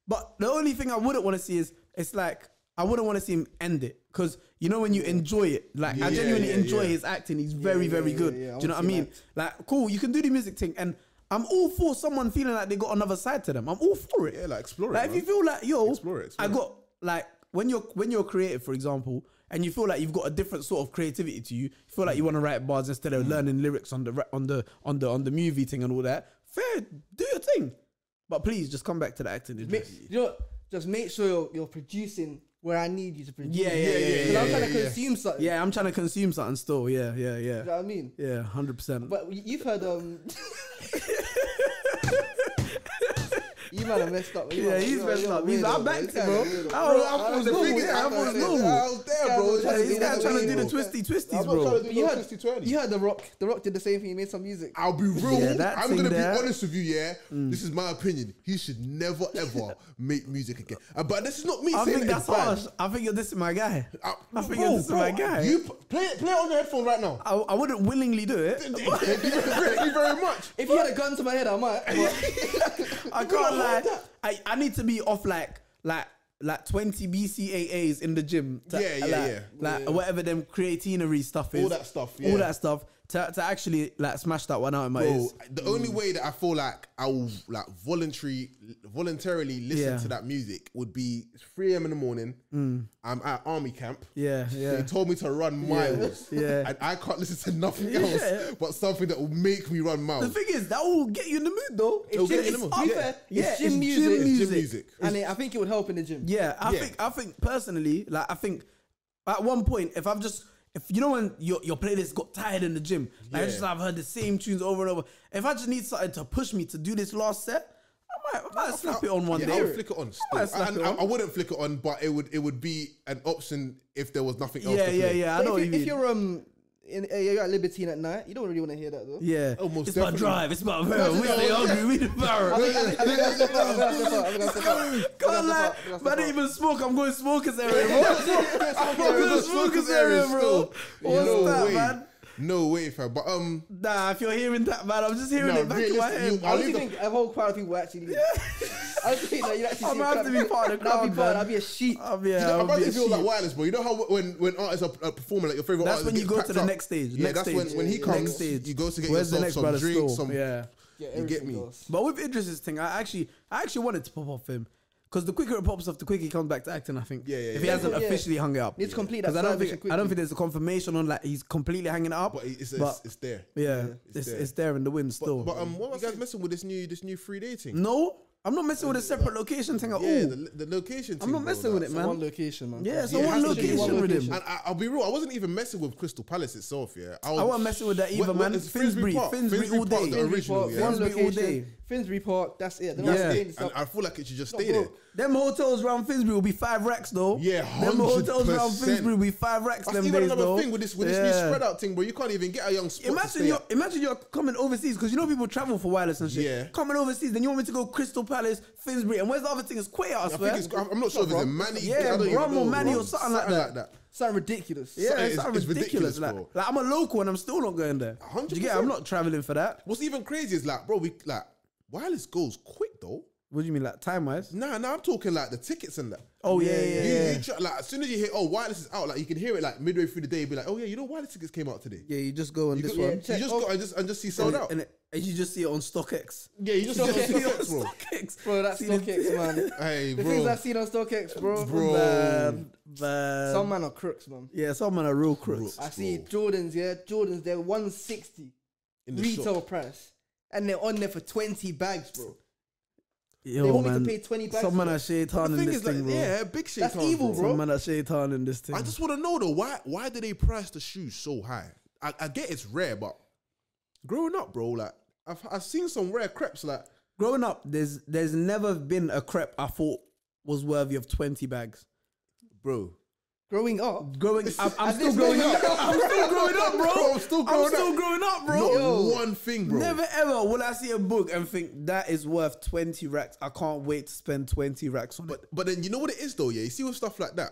[SPEAKER 4] But the only thing I wouldn't want to see is it's like I wouldn't want to see him end it because you know when you enjoy it, like I
[SPEAKER 5] Yeah,
[SPEAKER 4] genuinely
[SPEAKER 5] yeah,
[SPEAKER 4] enjoy
[SPEAKER 5] yeah.
[SPEAKER 4] his acting. He's very,
[SPEAKER 1] yeah,
[SPEAKER 4] very
[SPEAKER 1] yeah,
[SPEAKER 4] good.
[SPEAKER 1] yeah, I
[SPEAKER 4] Do you know
[SPEAKER 1] wanna
[SPEAKER 4] what I
[SPEAKER 1] see
[SPEAKER 4] mean? Like, cool, you can do the music thing, and I'm all for someone feeling like they got another side to them. I'm all for it.
[SPEAKER 5] Yeah, like, explore it,
[SPEAKER 4] Like, if
[SPEAKER 5] man.
[SPEAKER 4] you feel like yo,
[SPEAKER 5] Explore it, explore
[SPEAKER 4] I
[SPEAKER 5] it.
[SPEAKER 4] got like when you're when you're creative, for example, and you feel like you've got a different sort of creativity to you. You feel like you want to write bars instead
[SPEAKER 5] Mm.
[SPEAKER 4] of learning lyrics on the ra- on the on the on the movie thing and all that. Fair, do your thing, but please just come back to the acting.
[SPEAKER 1] Make,
[SPEAKER 4] Idris.
[SPEAKER 1] you know, what? just make sure you're, you're producing where I need you to produce.
[SPEAKER 4] Yeah, yeah, yeah, yeah,
[SPEAKER 1] Because
[SPEAKER 4] yeah,
[SPEAKER 1] I'm trying
[SPEAKER 5] yeah,
[SPEAKER 1] to
[SPEAKER 5] yeah.
[SPEAKER 1] consume something.
[SPEAKER 4] Yeah, I'm trying to consume something still. Yeah, yeah,
[SPEAKER 1] You
[SPEAKER 4] yeah,
[SPEAKER 1] know what I mean?
[SPEAKER 4] yeah, hundred percent.
[SPEAKER 1] But y- you've heard um. You man are messed up. You
[SPEAKER 4] Yeah,
[SPEAKER 1] man-
[SPEAKER 4] he's
[SPEAKER 1] you man-
[SPEAKER 4] messed
[SPEAKER 1] you're
[SPEAKER 4] up. He's-
[SPEAKER 1] weirdo,
[SPEAKER 4] I'm
[SPEAKER 1] bro.
[SPEAKER 4] back
[SPEAKER 1] This
[SPEAKER 4] to
[SPEAKER 1] guy
[SPEAKER 4] bro.
[SPEAKER 1] is a weirdo.
[SPEAKER 4] I was- oh, I
[SPEAKER 1] Bro,
[SPEAKER 4] was
[SPEAKER 1] I
[SPEAKER 4] normal,
[SPEAKER 1] was
[SPEAKER 4] yeah, I
[SPEAKER 1] normal.
[SPEAKER 4] was
[SPEAKER 1] Yeah,
[SPEAKER 4] normal.
[SPEAKER 1] I
[SPEAKER 5] I
[SPEAKER 1] was-
[SPEAKER 5] was there,
[SPEAKER 1] Yeah,
[SPEAKER 5] bro.
[SPEAKER 1] I'm trying to
[SPEAKER 4] this
[SPEAKER 1] do
[SPEAKER 4] guy
[SPEAKER 1] that
[SPEAKER 4] trying to
[SPEAKER 1] thing,
[SPEAKER 4] do the
[SPEAKER 1] bro.
[SPEAKER 4] twisty
[SPEAKER 5] I'm
[SPEAKER 4] twisties,
[SPEAKER 5] not
[SPEAKER 4] bro.
[SPEAKER 5] trying to do
[SPEAKER 1] You
[SPEAKER 5] no
[SPEAKER 1] heard-
[SPEAKER 5] 60-20.
[SPEAKER 1] You heard The Rock. The Rock did the same thing. He made some music.
[SPEAKER 5] I'll be real.
[SPEAKER 4] Yeah, that
[SPEAKER 5] I'm
[SPEAKER 4] thing
[SPEAKER 5] gonna
[SPEAKER 4] there. Mm.
[SPEAKER 5] be honest with you. Yeah, this is my opinion. He should never ever make music again. Uh, But this is not me.
[SPEAKER 4] I
[SPEAKER 5] saying
[SPEAKER 4] think
[SPEAKER 5] that
[SPEAKER 4] that's
[SPEAKER 5] it's bad.
[SPEAKER 4] harsh. I think you're dissing my guy.
[SPEAKER 5] I,
[SPEAKER 4] I think you're dissing my guy.
[SPEAKER 5] Uh, You p- play it, play it on your headphone right now.
[SPEAKER 4] I, I wouldn't willingly do it.
[SPEAKER 5] Thank you, very- thank you very much.
[SPEAKER 1] If you had a gun to my head, I might. but-
[SPEAKER 4] I can't lie. I, I need to be off like like like twenty BCAAs in the gym. to-
[SPEAKER 5] Yeah, yeah,
[SPEAKER 4] like,
[SPEAKER 5] yeah.
[SPEAKER 4] Like whatever them creatinery stuff is.
[SPEAKER 5] All that stuff, yeah.
[SPEAKER 4] All that stuff to, to actually like smash that one out in my
[SPEAKER 5] Bro,
[SPEAKER 4] ears.
[SPEAKER 5] the only way that I feel like I will like voluntary, voluntarily listen
[SPEAKER 4] Yeah. Mm.
[SPEAKER 5] to that music would be it's 3 a.m. in the morning. I'm at army camp.
[SPEAKER 4] Yeah, yeah.
[SPEAKER 5] They told me to run miles.
[SPEAKER 4] yeah.
[SPEAKER 5] And I can't listen to nothing
[SPEAKER 4] Yeah.
[SPEAKER 5] else but something that will make me run miles.
[SPEAKER 4] The thing is, that will get you in the mood though.
[SPEAKER 5] get
[SPEAKER 1] It's gym-
[SPEAKER 5] you in
[SPEAKER 1] it's-
[SPEAKER 5] the
[SPEAKER 1] to
[SPEAKER 5] mood.
[SPEAKER 1] be
[SPEAKER 5] Yeah.
[SPEAKER 1] fair,
[SPEAKER 4] Yeah,
[SPEAKER 1] it's gym
[SPEAKER 4] it's
[SPEAKER 1] music.
[SPEAKER 4] gym
[SPEAKER 5] It's
[SPEAKER 4] music.
[SPEAKER 5] gym music.
[SPEAKER 1] And I think it would help in the gym.
[SPEAKER 4] Yeah, I
[SPEAKER 5] Yeah.
[SPEAKER 4] think I think personally, like I think at one point, if I've just if you know when your your playlist got tired in the gym, like I
[SPEAKER 5] Yeah.
[SPEAKER 4] just I've heard the same tunes over and over. If I just need something to push me to do this last set, I might, I might slap it on one
[SPEAKER 5] yeah,
[SPEAKER 4] day.
[SPEAKER 5] I would flick it on. Still.
[SPEAKER 4] might slap
[SPEAKER 5] And
[SPEAKER 4] it
[SPEAKER 5] I,
[SPEAKER 4] on.
[SPEAKER 5] I wouldn't flick it on, but it would it would be an option if there was nothing else.
[SPEAKER 4] yeah,
[SPEAKER 5] to
[SPEAKER 4] yeah,
[SPEAKER 5] play.
[SPEAKER 4] yeah. I
[SPEAKER 1] But
[SPEAKER 4] know
[SPEAKER 1] if,
[SPEAKER 4] what you
[SPEAKER 1] you, if
[SPEAKER 4] mean.
[SPEAKER 1] you're um in, uh, you're at Libertine at night, you don't really want to hear that though.
[SPEAKER 4] yeah,
[SPEAKER 5] Oh, most
[SPEAKER 4] it's about
[SPEAKER 5] definitely.
[SPEAKER 4] drive. It's about power. We
[SPEAKER 5] no,
[SPEAKER 4] stay
[SPEAKER 5] yeah.
[SPEAKER 4] hungry. We the power.
[SPEAKER 1] I think that's the part, I think that's the part, I think that's the part. I think that's
[SPEAKER 4] Can't
[SPEAKER 1] the
[SPEAKER 4] lie.
[SPEAKER 1] part, I
[SPEAKER 4] Man, I didn't
[SPEAKER 1] think that's the part.
[SPEAKER 4] even smoke. I'm going smokers area, bro. I'm going
[SPEAKER 5] There's a
[SPEAKER 4] smokers area, bro.
[SPEAKER 5] still.
[SPEAKER 4] What's
[SPEAKER 5] no
[SPEAKER 4] that,
[SPEAKER 5] way.
[SPEAKER 4] man?
[SPEAKER 5] No way, fam. But um,
[SPEAKER 4] Nah, if you're hearing that, man, I'm just hearing
[SPEAKER 5] No,
[SPEAKER 4] it back in my
[SPEAKER 5] realistic-
[SPEAKER 4] head.
[SPEAKER 5] you-
[SPEAKER 1] I
[SPEAKER 5] I'll
[SPEAKER 1] honestly
[SPEAKER 5] leave the-
[SPEAKER 1] think a whole crowd of people actually. I just think that you actually.
[SPEAKER 4] I'm
[SPEAKER 1] see
[SPEAKER 4] gonna
[SPEAKER 1] a
[SPEAKER 4] have to be part of the crowd,
[SPEAKER 1] I'd be part.
[SPEAKER 4] man.
[SPEAKER 1] I'd be a sheep.
[SPEAKER 4] Um, yeah,
[SPEAKER 5] I'm
[SPEAKER 4] I'll
[SPEAKER 5] about
[SPEAKER 4] be
[SPEAKER 5] to
[SPEAKER 4] a
[SPEAKER 5] feel like
[SPEAKER 4] sheep.
[SPEAKER 5] wireless, bro. You know how w- when when artists are uh, performing, like your favorite.
[SPEAKER 4] That's
[SPEAKER 5] artist
[SPEAKER 4] when you
[SPEAKER 5] gets
[SPEAKER 4] go
[SPEAKER 5] packed
[SPEAKER 4] to the
[SPEAKER 5] up.
[SPEAKER 4] next stage.
[SPEAKER 5] Yeah,
[SPEAKER 4] next
[SPEAKER 5] that's
[SPEAKER 4] stage.
[SPEAKER 5] when when he
[SPEAKER 4] Next
[SPEAKER 5] comes,
[SPEAKER 4] stage.
[SPEAKER 5] you go to get
[SPEAKER 4] Where's the
[SPEAKER 5] yourself
[SPEAKER 4] next
[SPEAKER 5] some
[SPEAKER 4] brother's
[SPEAKER 5] drinks,
[SPEAKER 4] store?
[SPEAKER 5] some
[SPEAKER 4] yeah.
[SPEAKER 5] you get
[SPEAKER 1] everything
[SPEAKER 5] me?
[SPEAKER 1] goes.
[SPEAKER 4] But with Idris's thing, I actually, I actually wanted to pop off him because the quicker it pops off, the quicker he comes back to acting. I think.
[SPEAKER 5] Yeah, yeah,
[SPEAKER 4] If he
[SPEAKER 5] yeah.
[SPEAKER 4] hasn't
[SPEAKER 1] Yeah.
[SPEAKER 4] officially hung it up,
[SPEAKER 1] Need to complete that
[SPEAKER 4] Because I don't
[SPEAKER 1] service
[SPEAKER 4] think
[SPEAKER 1] quickly.
[SPEAKER 4] I don't think there's a confirmation on like he's completely hanging it up.
[SPEAKER 5] But it's it's, it's there.
[SPEAKER 4] yeah, it's,
[SPEAKER 5] it's
[SPEAKER 4] it's, there.
[SPEAKER 5] there.
[SPEAKER 4] in the wind still.
[SPEAKER 5] But, but um, what was you guys messing with this new this new free day thing?
[SPEAKER 4] no, I'm not messing with a separate location thing at
[SPEAKER 5] Yeah,
[SPEAKER 4] all.
[SPEAKER 5] the, the location.
[SPEAKER 4] I'm not
[SPEAKER 5] thing, bro,
[SPEAKER 4] messing with
[SPEAKER 5] that-
[SPEAKER 4] it, man.
[SPEAKER 1] One location, man.
[SPEAKER 4] yeah, so
[SPEAKER 5] Yeah, it
[SPEAKER 4] one
[SPEAKER 5] has to be
[SPEAKER 4] location
[SPEAKER 5] one
[SPEAKER 4] with him.
[SPEAKER 1] location.
[SPEAKER 5] And I, I'll be real, I wasn't even messing with Crystal Palace itself, yeah. was,
[SPEAKER 4] I wasn't messing with that either, man.
[SPEAKER 5] it's
[SPEAKER 4] Finsbury, Finsbury all
[SPEAKER 5] Park,
[SPEAKER 4] day.
[SPEAKER 5] the
[SPEAKER 4] Finsbury
[SPEAKER 5] original,
[SPEAKER 1] Park,
[SPEAKER 5] yeah.
[SPEAKER 1] one
[SPEAKER 4] Finsbury all day.
[SPEAKER 1] location. Finsbury Park. That's it. They're not
[SPEAKER 4] Yeah.
[SPEAKER 1] staying
[SPEAKER 5] And
[SPEAKER 1] stuff.
[SPEAKER 5] I feel like it should just
[SPEAKER 1] No,
[SPEAKER 5] stay
[SPEAKER 1] bro.
[SPEAKER 5] there.
[SPEAKER 4] Them hotels round Finsbury will be five racks though.
[SPEAKER 5] Yeah,
[SPEAKER 4] them hotels round
[SPEAKER 5] 100%.
[SPEAKER 4] Finsbury will be five racks.
[SPEAKER 5] That's
[SPEAKER 4] them
[SPEAKER 5] even
[SPEAKER 4] days
[SPEAKER 5] another
[SPEAKER 4] though.
[SPEAKER 5] thing with this with this new spread out thing, bro. You can't even get a young spot to
[SPEAKER 4] Imagine
[SPEAKER 5] stay
[SPEAKER 4] you're
[SPEAKER 5] at.
[SPEAKER 4] imagine you're coming overseas because you know people travel for wireless and shit.
[SPEAKER 5] Yeah.
[SPEAKER 4] Coming overseas, then you want me to go Crystal Palace, Finsbury, and where's the other thing? It's Quay, I
[SPEAKER 5] I
[SPEAKER 4] swear.
[SPEAKER 5] think it's, I'm not sure if it's a Manny.
[SPEAKER 4] Yeah,
[SPEAKER 5] I don't even
[SPEAKER 4] Brum or
[SPEAKER 5] know,
[SPEAKER 4] Manny
[SPEAKER 5] bro.
[SPEAKER 4] or something like that.
[SPEAKER 1] Something ridiculous.
[SPEAKER 4] yeah,
[SPEAKER 5] it's-
[SPEAKER 4] it's, not
[SPEAKER 5] it's
[SPEAKER 4] ridiculous.
[SPEAKER 5] ridiculous,
[SPEAKER 4] like,
[SPEAKER 5] bro.
[SPEAKER 4] like I'm a local and I'm still not going there. Do you get? it?
[SPEAKER 5] 100%.
[SPEAKER 4] I'm not traveling for that.
[SPEAKER 5] What's even crazy is like, bro, we like wireless goes quick though.
[SPEAKER 4] What do you mean, like time wise?
[SPEAKER 5] Nah, nah, I'm talking like the tickets and that.
[SPEAKER 4] Oh yeah, yeah,
[SPEAKER 5] You,
[SPEAKER 4] yeah.
[SPEAKER 5] you try, like as soon as you hear, oh, wireless is out, like you can hear it like midway through the day, be like, oh yeah, you know, wireless tickets came out today.
[SPEAKER 4] Yeah, you just go on this
[SPEAKER 5] you
[SPEAKER 4] one. Oh.
[SPEAKER 5] just got and just and just see sold
[SPEAKER 4] and,
[SPEAKER 5] out.
[SPEAKER 4] it- and, it- and you just see it on StockX.
[SPEAKER 5] yeah, you just see
[SPEAKER 1] Stock-
[SPEAKER 5] sold
[SPEAKER 1] Stock-
[SPEAKER 5] out, bro.
[SPEAKER 4] StockX,
[SPEAKER 1] bro. That's
[SPEAKER 4] See the-
[SPEAKER 1] StockX, man.
[SPEAKER 5] Hey,
[SPEAKER 1] The things
[SPEAKER 5] bro.
[SPEAKER 1] I've seen on StockX, bro.
[SPEAKER 5] Bro.
[SPEAKER 4] Bad, bad.
[SPEAKER 1] Some man are crooks, man.
[SPEAKER 4] yeah, some man are real crooks.
[SPEAKER 1] I see Jordans, yeah, Jordans. They're one sixty
[SPEAKER 5] In the
[SPEAKER 1] retail
[SPEAKER 5] shop.
[SPEAKER 1] price, and they're on there for twenty bags, bro.
[SPEAKER 4] Yo,
[SPEAKER 1] want me to pay 20 bucks
[SPEAKER 4] Some
[SPEAKER 1] for
[SPEAKER 4] man
[SPEAKER 1] that.
[SPEAKER 4] are shaitan
[SPEAKER 5] The
[SPEAKER 4] in
[SPEAKER 5] thing
[SPEAKER 4] this
[SPEAKER 5] is, like,
[SPEAKER 4] thing, bro.
[SPEAKER 5] yeah, big shit.
[SPEAKER 1] That's evil, bro.
[SPEAKER 4] Some man are shaitan in this thing.
[SPEAKER 5] I just want to know though, why why do they price the shoes so high? I, I get it's rare, but growing up, bro, like I've I've seen some rare creps, like
[SPEAKER 4] Growing up, there's there's never been a crepe I thought was worthy of twenty bags.
[SPEAKER 5] bro.
[SPEAKER 1] Growing up,
[SPEAKER 4] Growing, I'm, I'm
[SPEAKER 1] At
[SPEAKER 4] still
[SPEAKER 1] this
[SPEAKER 4] growing
[SPEAKER 1] moment-
[SPEAKER 4] up. I'm still growing up, bro.
[SPEAKER 5] I'm still
[SPEAKER 4] I'm
[SPEAKER 5] growing
[SPEAKER 4] still
[SPEAKER 5] up.
[SPEAKER 4] growing up, bro.
[SPEAKER 5] Not
[SPEAKER 4] Yo.
[SPEAKER 5] one thing, bro.
[SPEAKER 4] Never ever will I see a book and think that is worth twenty racks. I can't wait to spend twenty racks on
[SPEAKER 5] But
[SPEAKER 4] it.
[SPEAKER 5] but then you know what it is though, yeah. You see with stuff like that,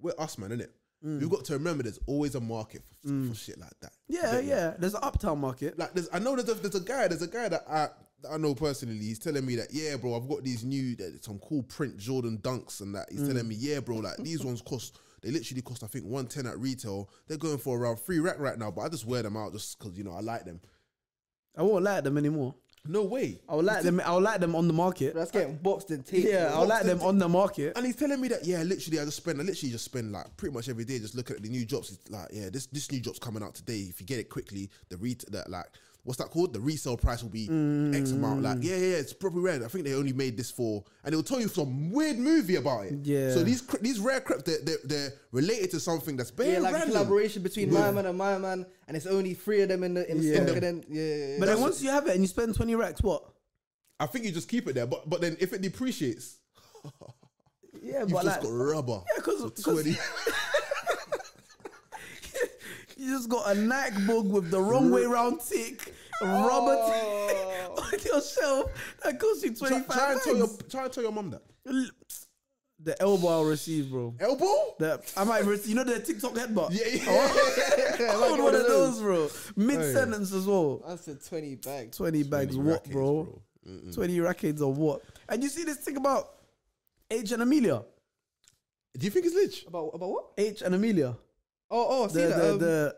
[SPEAKER 5] we're us, man, innit?
[SPEAKER 4] Mm.
[SPEAKER 5] We've got to remember there's always a market for, for shit like that.
[SPEAKER 4] Yeah, yeah. There's an uptown market.
[SPEAKER 5] Like there's, I know there's a, there's a guy, there's a guy that I that I know personally. He's telling me that yeah, bro, I've got these new that some cool print Jordan Dunks and that. He's telling me yeah, bro, like these ones cost. They literally cost I think one ten at retail. They're going for around three rack right now, but I just wear them out just because you know I like them.
[SPEAKER 4] I won't like them anymore.
[SPEAKER 5] No way.
[SPEAKER 4] I will like them. I will like them on the market.
[SPEAKER 1] that's getting boxed and taped.
[SPEAKER 4] Yeah, I will like them on the market.
[SPEAKER 5] And he's telling me that, yeah, literally, I just spend, I literally just spend like pretty much every day just looking at the new jobs. It's like, yeah, this this new job's coming out today. If you get it quickly, the retail that like what's that called? The resale price will be X amount.
[SPEAKER 4] Mm.
[SPEAKER 5] Like, yeah, yeah, yeah, it's probably rare. I think they only made this for, and they'll tell you some weird movie about it.
[SPEAKER 4] Yeah.
[SPEAKER 5] So these cre- these rare crep, they're, they're, they're related to something that's bare
[SPEAKER 1] Yeah, like a
[SPEAKER 5] random.
[SPEAKER 1] collaboration between my man and my man, and it's only three of them in the in the
[SPEAKER 4] Yeah.
[SPEAKER 1] stock. And then yeah, yeah, yeah.
[SPEAKER 4] But then once you have it and you spend twenty racks, what?
[SPEAKER 5] I think you just keep it there, but but then if it depreciates,
[SPEAKER 4] Yeah,
[SPEAKER 5] you've
[SPEAKER 4] but like,
[SPEAKER 5] just got rubber.
[SPEAKER 4] yeah, because
[SPEAKER 5] for 20.
[SPEAKER 4] you just got a Nike bug with the wrong way round tick, rubber tick on your shelf that costs you
[SPEAKER 5] try,
[SPEAKER 4] twenty
[SPEAKER 5] try
[SPEAKER 4] five.
[SPEAKER 5] and tell your try and tell your mum that
[SPEAKER 4] The elbow I'll receive, bro.
[SPEAKER 5] elbow.
[SPEAKER 4] The, I might, receive, you know, the TikTok headbutt.
[SPEAKER 5] Yeah, yeah,
[SPEAKER 4] Oh.
[SPEAKER 5] yeah,
[SPEAKER 4] I want one of those, bro. Mid sentence as well.
[SPEAKER 1] I said twenty bags.
[SPEAKER 4] 20 bags, what,
[SPEAKER 5] rackets,
[SPEAKER 4] bro? 20 rackets or what? And you see this thing about H and Amelia.
[SPEAKER 5] Do you think it's lich?
[SPEAKER 1] About about what?
[SPEAKER 4] H and Amelia.
[SPEAKER 1] Oh oh, I see
[SPEAKER 4] The,
[SPEAKER 1] that.
[SPEAKER 4] the,
[SPEAKER 1] um,
[SPEAKER 4] the,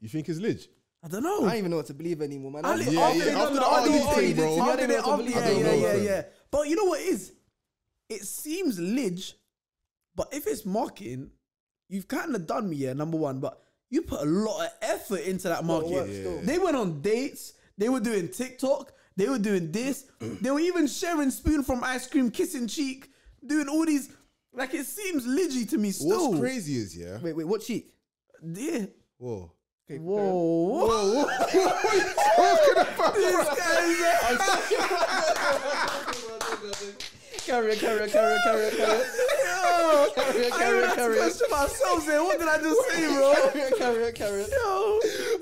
[SPEAKER 5] You think it's lich?
[SPEAKER 4] I don't know.
[SPEAKER 1] I don't even know what to believe anymore, man.
[SPEAKER 4] I li-
[SPEAKER 5] Yeah,
[SPEAKER 4] after
[SPEAKER 5] yeah,
[SPEAKER 4] they done
[SPEAKER 5] after
[SPEAKER 4] the
[SPEAKER 5] the
[SPEAKER 4] after
[SPEAKER 5] RD
[SPEAKER 4] they-
[SPEAKER 5] thing, bro.
[SPEAKER 4] after
[SPEAKER 1] I don't
[SPEAKER 4] they-
[SPEAKER 1] know what to
[SPEAKER 4] after-
[SPEAKER 1] believe.
[SPEAKER 4] yeah,
[SPEAKER 5] I don't
[SPEAKER 4] yeah,
[SPEAKER 5] know,
[SPEAKER 4] yeah,
[SPEAKER 5] bro.
[SPEAKER 4] yeah. But you know what it is? It seems lidge, but if it's marketing, you've kind of done me, yeah, number one. But you put a lot of effort into that market.
[SPEAKER 1] works Yeah. though.
[SPEAKER 4] They went on dates, they were doing TikTok, they were doing this, they were even sharing spoon from ice cream, kissing cheek, doing all these. Like it seems lidgy to me
[SPEAKER 5] What's
[SPEAKER 4] still.
[SPEAKER 5] crazy is yeah.
[SPEAKER 1] wait, wait, what cheek?
[SPEAKER 4] Yeah.
[SPEAKER 5] Whoa.
[SPEAKER 4] Whoa.
[SPEAKER 5] Whoa,
[SPEAKER 4] This guy's a-
[SPEAKER 1] Carry on, carry on, carry on, carry on, carry on.
[SPEAKER 4] Yo,
[SPEAKER 1] Carry on,
[SPEAKER 4] I
[SPEAKER 1] carry
[SPEAKER 4] even
[SPEAKER 1] on,
[SPEAKER 4] had to
[SPEAKER 1] carry on.
[SPEAKER 4] question myself there. What did I just say, bro?
[SPEAKER 1] Carry on, carry on, carry on.
[SPEAKER 4] Yo,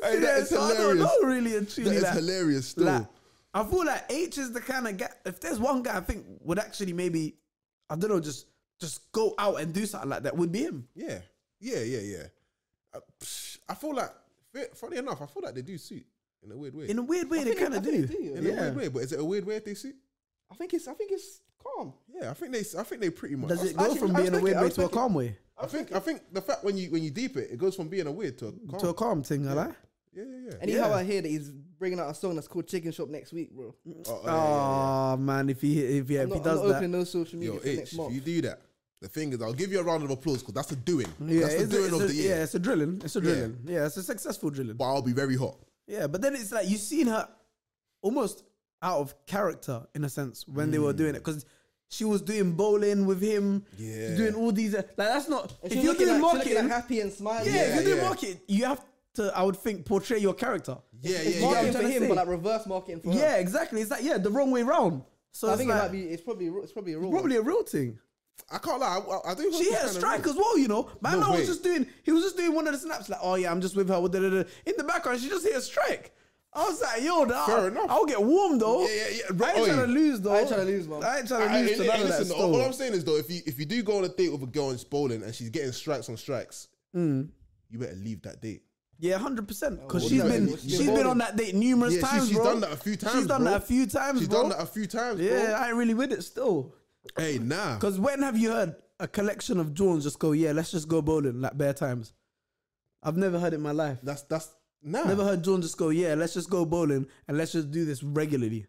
[SPEAKER 5] Hey, that is
[SPEAKER 4] so I don't
[SPEAKER 5] hilarious.
[SPEAKER 4] know really and
[SPEAKER 5] that
[SPEAKER 4] truly
[SPEAKER 5] is
[SPEAKER 4] like,
[SPEAKER 5] hilarious. Still,
[SPEAKER 4] like, I feel like H is the kind of guy. If there's one guy I think would actually maybe, I don't know, just just go out and do something like that would be him.
[SPEAKER 5] yeah, yeah, yeah, yeah. Uh, psh, I feel like, fa- funny enough, I feel like they do suit in a weird way.
[SPEAKER 4] In a weird way, they kind
[SPEAKER 1] I
[SPEAKER 4] of do.
[SPEAKER 1] think they do, yeah.
[SPEAKER 5] In a weird way, but is it a weird way if they suit?
[SPEAKER 1] I think it's I think it's calm.
[SPEAKER 5] Yeah, I think they, I think they pretty much.
[SPEAKER 4] Does
[SPEAKER 5] I,
[SPEAKER 4] it go
[SPEAKER 1] Actually,
[SPEAKER 4] from
[SPEAKER 1] I
[SPEAKER 4] being a
[SPEAKER 1] respect
[SPEAKER 4] weird
[SPEAKER 1] it,
[SPEAKER 4] way to
[SPEAKER 1] I
[SPEAKER 4] a
[SPEAKER 1] respect
[SPEAKER 4] calm way
[SPEAKER 5] I think, I think the fact when you when you deep it, it goes from being a weird to a calm.
[SPEAKER 1] Oh.
[SPEAKER 4] to a calm thing? I like.
[SPEAKER 5] Yeah, yeah, yeah.
[SPEAKER 1] Anyhow,
[SPEAKER 4] Yeah.
[SPEAKER 1] I hear that he's bringing out a song that's called Chicken Shop next week,
[SPEAKER 5] Oh,
[SPEAKER 1] bro.
[SPEAKER 5] oh, yeah, yeah, yeah.
[SPEAKER 4] Oh man, if he if yeah,
[SPEAKER 1] I'm
[SPEAKER 4] if he
[SPEAKER 1] not, I'm
[SPEAKER 4] does
[SPEAKER 1] not
[SPEAKER 4] that,
[SPEAKER 1] opening no social media
[SPEAKER 5] Yo,
[SPEAKER 1] for
[SPEAKER 5] H,
[SPEAKER 1] next
[SPEAKER 5] if
[SPEAKER 1] month.
[SPEAKER 5] you do that, the thing is, I'll give you a round of applause because that's the doing.
[SPEAKER 4] yeah,
[SPEAKER 5] that's the
[SPEAKER 4] it's, a-
[SPEAKER 5] doing
[SPEAKER 4] it's
[SPEAKER 5] of
[SPEAKER 4] a-
[SPEAKER 5] the year.
[SPEAKER 4] yeah, it's a drilling, it's a
[SPEAKER 5] Yeah.
[SPEAKER 4] drilling, yeah, it's a successful drilling.
[SPEAKER 5] But I'll be very hot.
[SPEAKER 4] Yeah, but then it's like you've seen her almost out of character in a sense when they were
[SPEAKER 5] Hmm.
[SPEAKER 4] doing it because she was doing bowling with him,
[SPEAKER 5] Yeah.
[SPEAKER 4] doing all these uh, like that's not
[SPEAKER 1] And
[SPEAKER 4] if
[SPEAKER 1] she's
[SPEAKER 4] you're
[SPEAKER 1] looking
[SPEAKER 4] doing
[SPEAKER 1] like, she's looking
[SPEAKER 4] marketing,
[SPEAKER 1] like happy and smiling.
[SPEAKER 4] yeah, if you're doing
[SPEAKER 5] yeah.
[SPEAKER 4] marketing, you have to I would think portray your character.
[SPEAKER 5] Yeah,
[SPEAKER 1] It's
[SPEAKER 5] yeah, yeah.
[SPEAKER 1] marketing
[SPEAKER 4] I'm
[SPEAKER 1] for
[SPEAKER 4] trying to
[SPEAKER 1] him,
[SPEAKER 4] say.
[SPEAKER 1] but like reverse marketing for
[SPEAKER 4] Yeah,
[SPEAKER 1] her.
[SPEAKER 4] exactly. It's like yeah, the wrong way round. So
[SPEAKER 1] I
[SPEAKER 4] it's
[SPEAKER 1] think it
[SPEAKER 4] like,
[SPEAKER 1] might be. It's probably it's probably a rule.
[SPEAKER 4] probably a real thing.
[SPEAKER 5] I can't lie. I- I, I do. hope
[SPEAKER 4] She
[SPEAKER 5] it's
[SPEAKER 4] hit a
[SPEAKER 5] kinda
[SPEAKER 4] strike
[SPEAKER 5] real.
[SPEAKER 4] as well, you know. Man,
[SPEAKER 5] No
[SPEAKER 4] I
[SPEAKER 5] way.
[SPEAKER 4] was just doing. He was just doing one of the snaps. Like, oh yeah, I'm just with her. da, da, da. In the background, she just hit a strike. I was like, yo, nah,
[SPEAKER 5] Fair enough.
[SPEAKER 4] I'll get warm though.
[SPEAKER 5] Yeah, yeah, yeah, bro,
[SPEAKER 4] I ain't
[SPEAKER 5] oi.
[SPEAKER 4] trying to lose though.
[SPEAKER 1] I ain't tryna lose, man.
[SPEAKER 4] I ain't trying
[SPEAKER 5] I-
[SPEAKER 4] to
[SPEAKER 5] I-
[SPEAKER 4] listen,
[SPEAKER 5] I-
[SPEAKER 4] none of that
[SPEAKER 5] listen, all I'm
[SPEAKER 4] stuff.
[SPEAKER 5] saying is though, if you if you do go on a date with a girl and bowling and she's getting strikes on strikes,
[SPEAKER 4] Hmm.
[SPEAKER 5] you better leave that date.
[SPEAKER 4] Yeah, hundred percent. Because
[SPEAKER 5] what
[SPEAKER 4] she's
[SPEAKER 5] do you
[SPEAKER 4] been
[SPEAKER 5] mean?
[SPEAKER 4] she's been on that date numerous
[SPEAKER 5] Yeah, she-
[SPEAKER 4] times,
[SPEAKER 5] she's
[SPEAKER 4] bro.
[SPEAKER 5] done that a few
[SPEAKER 4] She's
[SPEAKER 5] times,
[SPEAKER 4] done
[SPEAKER 5] bro.
[SPEAKER 4] that a few times,
[SPEAKER 5] She's
[SPEAKER 4] bro.
[SPEAKER 5] done that a few times.
[SPEAKER 4] yeah,
[SPEAKER 5] bro.
[SPEAKER 4] I ain't really with it still.
[SPEAKER 5] Hey, nah.
[SPEAKER 4] Because when have you heard a collection of Johns just go, yeah, let's just go bowling like bare times? I've never heard it in my life.
[SPEAKER 5] That's that's nah.
[SPEAKER 4] Never heard John just go, yeah, let's just go bowling and let's just do this regularly.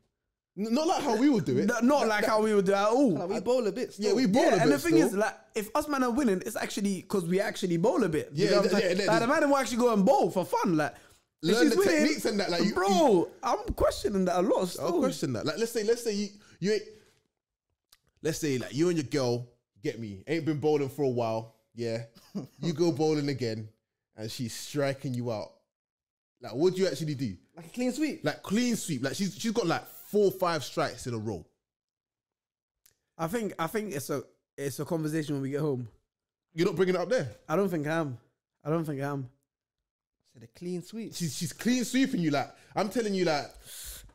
[SPEAKER 5] N- Not like how we would do it.
[SPEAKER 4] No, not like how we would do at all.
[SPEAKER 1] Like, we bowl a bit. Still.
[SPEAKER 5] Yeah, we bowl
[SPEAKER 4] Yeah,
[SPEAKER 5] a bit.
[SPEAKER 4] and the thing
[SPEAKER 5] still.
[SPEAKER 4] is, like, if us man are winning, it's actually because we actually bowl a bit. You
[SPEAKER 5] Yeah,
[SPEAKER 4] know what I'm
[SPEAKER 5] yeah,
[SPEAKER 4] saying?
[SPEAKER 5] yeah,
[SPEAKER 4] like,
[SPEAKER 5] yeah.
[SPEAKER 4] the man will actually go and bowl for fun. Like, if
[SPEAKER 5] Learn
[SPEAKER 4] she's
[SPEAKER 5] the techniques and that, like, you-
[SPEAKER 4] bro, I'm questioning that a lot. Still.
[SPEAKER 5] I'll question that. Like, let's say, let's say you, you ain't, let's say like you and your girl get me ain't been bowling for a while. Yeah, you go bowling again, and she's striking you out. Like, what do you actually do?
[SPEAKER 1] like a clean sweep.
[SPEAKER 5] Like clean sweep. Like she's she's got like four or five strikes in a row.
[SPEAKER 4] I think I think it's a it's a conversation when we get home.
[SPEAKER 5] You're not bringing it up there.
[SPEAKER 4] I don't think I am. I don't think I am.
[SPEAKER 1] said a clean sweep.
[SPEAKER 5] She's she's clean sweeping you. Like I'm telling you, like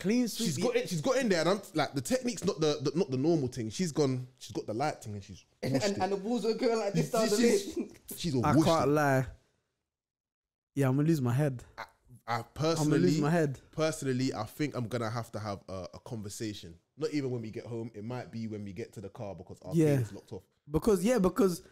[SPEAKER 4] Clean sweep.
[SPEAKER 5] she's got it. She's got in there, and I'm like the technique's not the, the not the normal thing. She's gone. She's got the light thing, and she's washed
[SPEAKER 1] and,
[SPEAKER 5] it.
[SPEAKER 1] and the balls are going like this
[SPEAKER 5] She's-
[SPEAKER 1] down the
[SPEAKER 5] she's,
[SPEAKER 1] lane.
[SPEAKER 5] she's all
[SPEAKER 4] I
[SPEAKER 5] washed
[SPEAKER 4] can't
[SPEAKER 5] it.
[SPEAKER 4] lie. Yeah, I'm gonna lose my head.
[SPEAKER 5] I
[SPEAKER 4] I'm
[SPEAKER 5] personally
[SPEAKER 4] gonna lose my head.
[SPEAKER 5] personally, I think I'm gonna have to have a, a conversation. Not even when we get home. It might be when we get to the car because our
[SPEAKER 4] Yeah.
[SPEAKER 5] yeah. is locked off.
[SPEAKER 4] Because yeah, because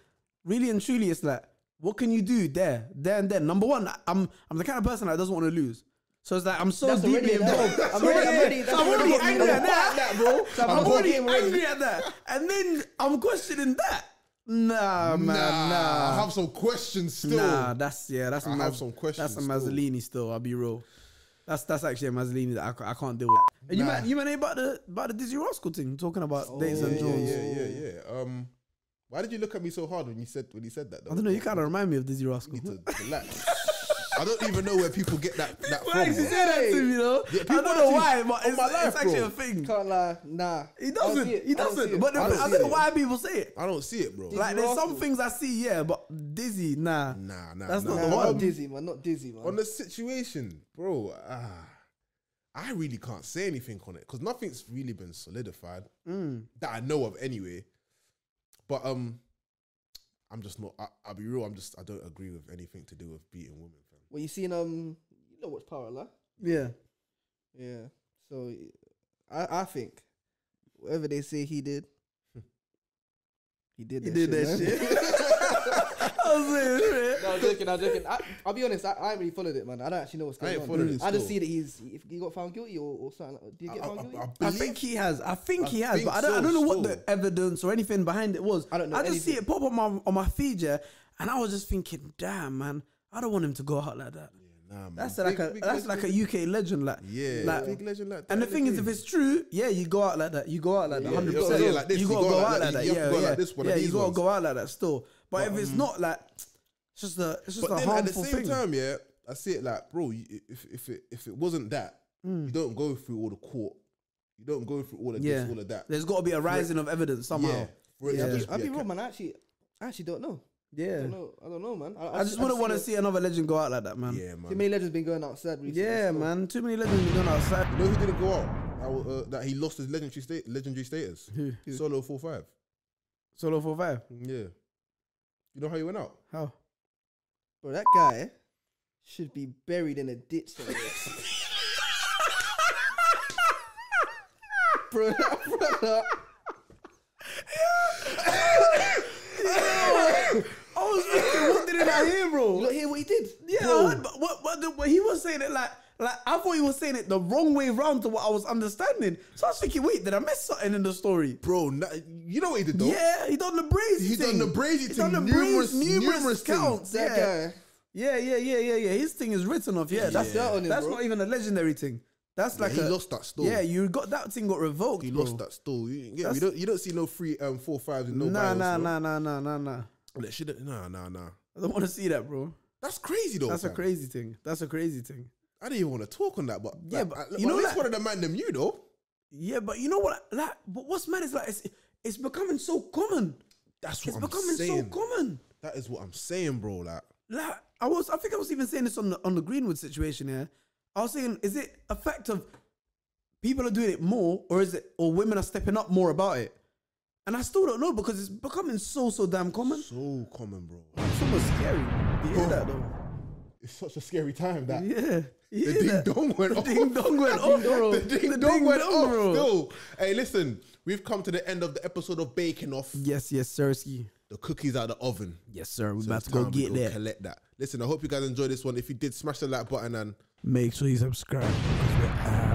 [SPEAKER 4] really and truly, it's like, what can you do there, there and then? Number one, I- I'm I'm the kind of person that doesn't want to lose. So it's like I'm so
[SPEAKER 1] That's
[SPEAKER 4] deeply
[SPEAKER 1] already an
[SPEAKER 4] involved.
[SPEAKER 1] L. I'm already- I'm already- that's
[SPEAKER 4] I'm
[SPEAKER 1] already
[SPEAKER 4] already
[SPEAKER 1] a game
[SPEAKER 4] angry at
[SPEAKER 1] already.
[SPEAKER 4] that, bro.
[SPEAKER 1] That's
[SPEAKER 4] I'm
[SPEAKER 1] a
[SPEAKER 4] already
[SPEAKER 1] game already.
[SPEAKER 4] angry at that, and then I'm questioning that. Nah, man,
[SPEAKER 5] I
[SPEAKER 4] nah,
[SPEAKER 5] have some questions still.
[SPEAKER 4] nah. That's yeah, that's
[SPEAKER 5] I
[SPEAKER 4] ma-
[SPEAKER 5] have some questions
[SPEAKER 4] That's a
[SPEAKER 5] still.
[SPEAKER 4] Mazzolini still. I'll be real. That's that's actually a Mazzolini that I, ca- I can't deal with. And you
[SPEAKER 5] Nah.
[SPEAKER 4] man, you man ain't about the about the Dizzy Rascal thing talking about dates
[SPEAKER 5] yeah,
[SPEAKER 4] and
[SPEAKER 5] yeah,
[SPEAKER 4] Jones.
[SPEAKER 5] yeah, yeah, yeah. Um, why did you look at me so hard when you said when you said that? Though?
[SPEAKER 4] I don't know. You kind of remind me of Dizzy Rascal.
[SPEAKER 5] need to relax. I don't even know where people get that that
[SPEAKER 4] Why
[SPEAKER 5] from.
[SPEAKER 4] is he
[SPEAKER 5] bro.
[SPEAKER 4] saying that to me, though?
[SPEAKER 5] Yeah,
[SPEAKER 4] I
[SPEAKER 5] people
[SPEAKER 4] don't know why,
[SPEAKER 5] actually-
[SPEAKER 4] but
[SPEAKER 5] on
[SPEAKER 4] it's,
[SPEAKER 5] my life,
[SPEAKER 4] it's actually
[SPEAKER 5] bro.
[SPEAKER 4] a thing.
[SPEAKER 1] Can't lie, nah.
[SPEAKER 4] He
[SPEAKER 1] I don't
[SPEAKER 4] doesn't.
[SPEAKER 1] see it.
[SPEAKER 4] He
[SPEAKER 1] I don't see
[SPEAKER 4] doesn't.
[SPEAKER 1] it.
[SPEAKER 4] But the,
[SPEAKER 5] I
[SPEAKER 4] I
[SPEAKER 5] don't
[SPEAKER 4] don't
[SPEAKER 5] see
[SPEAKER 4] know
[SPEAKER 5] it.
[SPEAKER 4] why people say it.
[SPEAKER 5] I don't see it, bro.
[SPEAKER 1] Like-
[SPEAKER 4] Like, there's some
[SPEAKER 1] Rascal.
[SPEAKER 4] things I see, yeah, but Dizzy, nah.
[SPEAKER 5] nah, nah,
[SPEAKER 4] That's
[SPEAKER 5] nah.
[SPEAKER 4] not
[SPEAKER 5] Um,
[SPEAKER 1] Nah,
[SPEAKER 4] the one.
[SPEAKER 1] not dizzy, man. Not dizzy, man.
[SPEAKER 5] on the situation, bro. Ah, I really can't say anything on it because nothing's really been solidified
[SPEAKER 4] Mm.
[SPEAKER 5] that I know of, anyway. But um, I'm just not. I, I'll be real. I'm just. I don't agree with anything to do with beating women. Fam.
[SPEAKER 1] well, you seen um, you know what's power, lah.
[SPEAKER 4] Yeah.
[SPEAKER 1] Yeah. So, I I think whatever they say he did, he did.
[SPEAKER 4] He
[SPEAKER 1] that
[SPEAKER 4] did that
[SPEAKER 1] man.
[SPEAKER 4] shit. I was saying,
[SPEAKER 1] No, I'm joking. I'm joking. I, I'll be honest. I, I ain't really followed it, man. I don't actually know what's
[SPEAKER 5] I
[SPEAKER 1] going
[SPEAKER 5] ain't
[SPEAKER 1] on.
[SPEAKER 5] followed it
[SPEAKER 1] I just
[SPEAKER 5] still.
[SPEAKER 1] see that he's if he got found guilty or, or something. Like, did you get
[SPEAKER 5] I,
[SPEAKER 1] found guilty?
[SPEAKER 5] I, I
[SPEAKER 4] I
[SPEAKER 5] believe.
[SPEAKER 4] think he has. I think
[SPEAKER 5] I
[SPEAKER 4] he has,
[SPEAKER 5] think
[SPEAKER 4] but I don't,
[SPEAKER 5] so
[SPEAKER 4] I don't know what
[SPEAKER 5] still.
[SPEAKER 4] the evidence or anything behind it was.
[SPEAKER 1] I don't know
[SPEAKER 4] I just see
[SPEAKER 1] anything.
[SPEAKER 4] it pop up my, on my feed, yeah, and I was just thinking, damn, man, I don't want him to go out like that.
[SPEAKER 5] nah, man.
[SPEAKER 4] That's
[SPEAKER 5] Big-
[SPEAKER 4] like a
[SPEAKER 5] big
[SPEAKER 4] that's like
[SPEAKER 5] legend-
[SPEAKER 4] a UK legend, like
[SPEAKER 5] yeah,
[SPEAKER 4] like-
[SPEAKER 5] big legend like that.
[SPEAKER 4] And the
[SPEAKER 5] in
[SPEAKER 4] thing is, if
[SPEAKER 5] game.
[SPEAKER 4] it's true, yeah, you go out like that. You go out like that,
[SPEAKER 5] yeah,
[SPEAKER 4] hundred
[SPEAKER 5] yeah,
[SPEAKER 4] percent.
[SPEAKER 5] yeah, like this,
[SPEAKER 4] You gotta go out like that. Yeah,
[SPEAKER 5] you have to go out like
[SPEAKER 4] yeah,
[SPEAKER 5] this, one of
[SPEAKER 4] yeah.
[SPEAKER 5] these
[SPEAKER 4] You gotta
[SPEAKER 5] ones. mm.
[SPEAKER 4] go out like that still. But if it's not like, it's just a it's just a
[SPEAKER 5] But then at the
[SPEAKER 4] harmful
[SPEAKER 5] same
[SPEAKER 4] thing.
[SPEAKER 5] time, yeah, I see it like, bro, you, if if it if it wasn't that, you don't go through all the court, you don't go through all of
[SPEAKER 4] Mm. Yeah,
[SPEAKER 5] this, all of that.
[SPEAKER 4] There's got to be a rising of evidence
[SPEAKER 5] yeah,
[SPEAKER 4] somehow.
[SPEAKER 5] for it to
[SPEAKER 4] Yeah.
[SPEAKER 5] just
[SPEAKER 1] I'll
[SPEAKER 5] be
[SPEAKER 1] be
[SPEAKER 5] a
[SPEAKER 1] wrong,
[SPEAKER 5] cap-
[SPEAKER 1] man. I actually, I actually don't know. I
[SPEAKER 4] Yeah,
[SPEAKER 1] don't know. I don't know, man. I,
[SPEAKER 4] I just wouldn't want to
[SPEAKER 1] it.
[SPEAKER 4] see another legend go out like that, man.
[SPEAKER 5] yeah,
[SPEAKER 1] Too
[SPEAKER 5] man.
[SPEAKER 1] many legends been going outside recently.
[SPEAKER 4] Yeah,
[SPEAKER 1] so-
[SPEAKER 4] man. Too many legends are going outside.
[SPEAKER 5] You know who didn't go out? That, wa- uh, that he lost his legendary state, legendary status. Solo four five.
[SPEAKER 4] Solo four five.
[SPEAKER 5] Yeah, you know how he went out?
[SPEAKER 4] How?
[SPEAKER 1] Bro, that guy should be buried in a ditch somewhere. bro, that brother.
[SPEAKER 4] I was thinking, what did I hear, bro?
[SPEAKER 1] You not hear what he did?
[SPEAKER 4] yeah, I heard, but what, what, the, but he was saying it like, like I thought he was saying it the wrong way round to what I was understanding. So I was thinking, wait, did I miss something in the story?
[SPEAKER 5] Bro, na- you know what he did though.
[SPEAKER 4] Yeah, he done the brazy
[SPEAKER 5] He
[SPEAKER 4] thing.
[SPEAKER 5] done the brazy
[SPEAKER 4] He done the
[SPEAKER 5] thing
[SPEAKER 4] numerous,
[SPEAKER 5] numerous-
[SPEAKER 4] numerous,
[SPEAKER 5] numerous things.
[SPEAKER 4] counts.
[SPEAKER 1] That
[SPEAKER 4] Yeah.
[SPEAKER 1] guy.
[SPEAKER 4] yeah, yeah, yeah, yeah, yeah. His thing is written off. Yeah, that's
[SPEAKER 1] Dirt on him,
[SPEAKER 4] that's
[SPEAKER 1] bro.
[SPEAKER 4] not even a legendary thing. That's like
[SPEAKER 5] he
[SPEAKER 4] a,
[SPEAKER 5] lost that store.
[SPEAKER 4] Yeah, you got that thing got revoked.
[SPEAKER 5] He
[SPEAKER 4] bro.
[SPEAKER 5] lost that still. You, yeah,
[SPEAKER 4] That's-
[SPEAKER 5] you don't you don't see no three um four fives and no
[SPEAKER 4] Nah,
[SPEAKER 5] bios,
[SPEAKER 4] nah, nah,
[SPEAKER 5] no.
[SPEAKER 4] nah, nah, nah, nah.
[SPEAKER 5] That shit, nah, nah, nah.
[SPEAKER 4] I don't want to see that, bro.
[SPEAKER 5] That's crazy though.
[SPEAKER 4] That's a
[SPEAKER 5] fam.
[SPEAKER 4] crazy thing. That's a crazy thing.
[SPEAKER 5] I didn't even want to talk on that, uh, but
[SPEAKER 4] Yeah,
[SPEAKER 5] like,
[SPEAKER 4] but
[SPEAKER 5] I-
[SPEAKER 4] you know
[SPEAKER 5] at least
[SPEAKER 4] that-
[SPEAKER 5] one of the man them you though.
[SPEAKER 4] Yeah, but you know what? Like, but what's mad is like it's, it's becoming so common.
[SPEAKER 5] That's what
[SPEAKER 4] It's
[SPEAKER 5] I'm
[SPEAKER 4] becoming
[SPEAKER 5] saying.
[SPEAKER 4] so common.
[SPEAKER 5] That is what I'm saying, bro. Like,
[SPEAKER 4] Like I was, I think I was even saying this on the on the Greenwood situation here. I was saying, is it a fact of people are doing it more, or is it, or women are stepping up more about it? And I still don't know because it's becoming so so damn common.
[SPEAKER 5] so common, bro.
[SPEAKER 4] It's almost scary. You hear that though?
[SPEAKER 5] It's such a scary time that
[SPEAKER 4] Yeah. You hear
[SPEAKER 5] the ding
[SPEAKER 4] that?
[SPEAKER 5] dong went off.
[SPEAKER 4] Ding dong went off, bro.
[SPEAKER 5] the ding dong went off.
[SPEAKER 4] bro.
[SPEAKER 5] Still, hey, listen, we've come to the end of the episode of Baking Off.
[SPEAKER 4] Yes, yes, Sirski.
[SPEAKER 5] The cookies out of the oven.
[SPEAKER 4] Yes, sir. We're
[SPEAKER 5] So
[SPEAKER 4] about
[SPEAKER 5] it's
[SPEAKER 4] to go
[SPEAKER 5] time we
[SPEAKER 4] get that.
[SPEAKER 5] Collect that. Listen, I hope you guys enjoyed this one. If you did, smash the like button and.
[SPEAKER 4] Make sure you subscribe. 'cause we're out.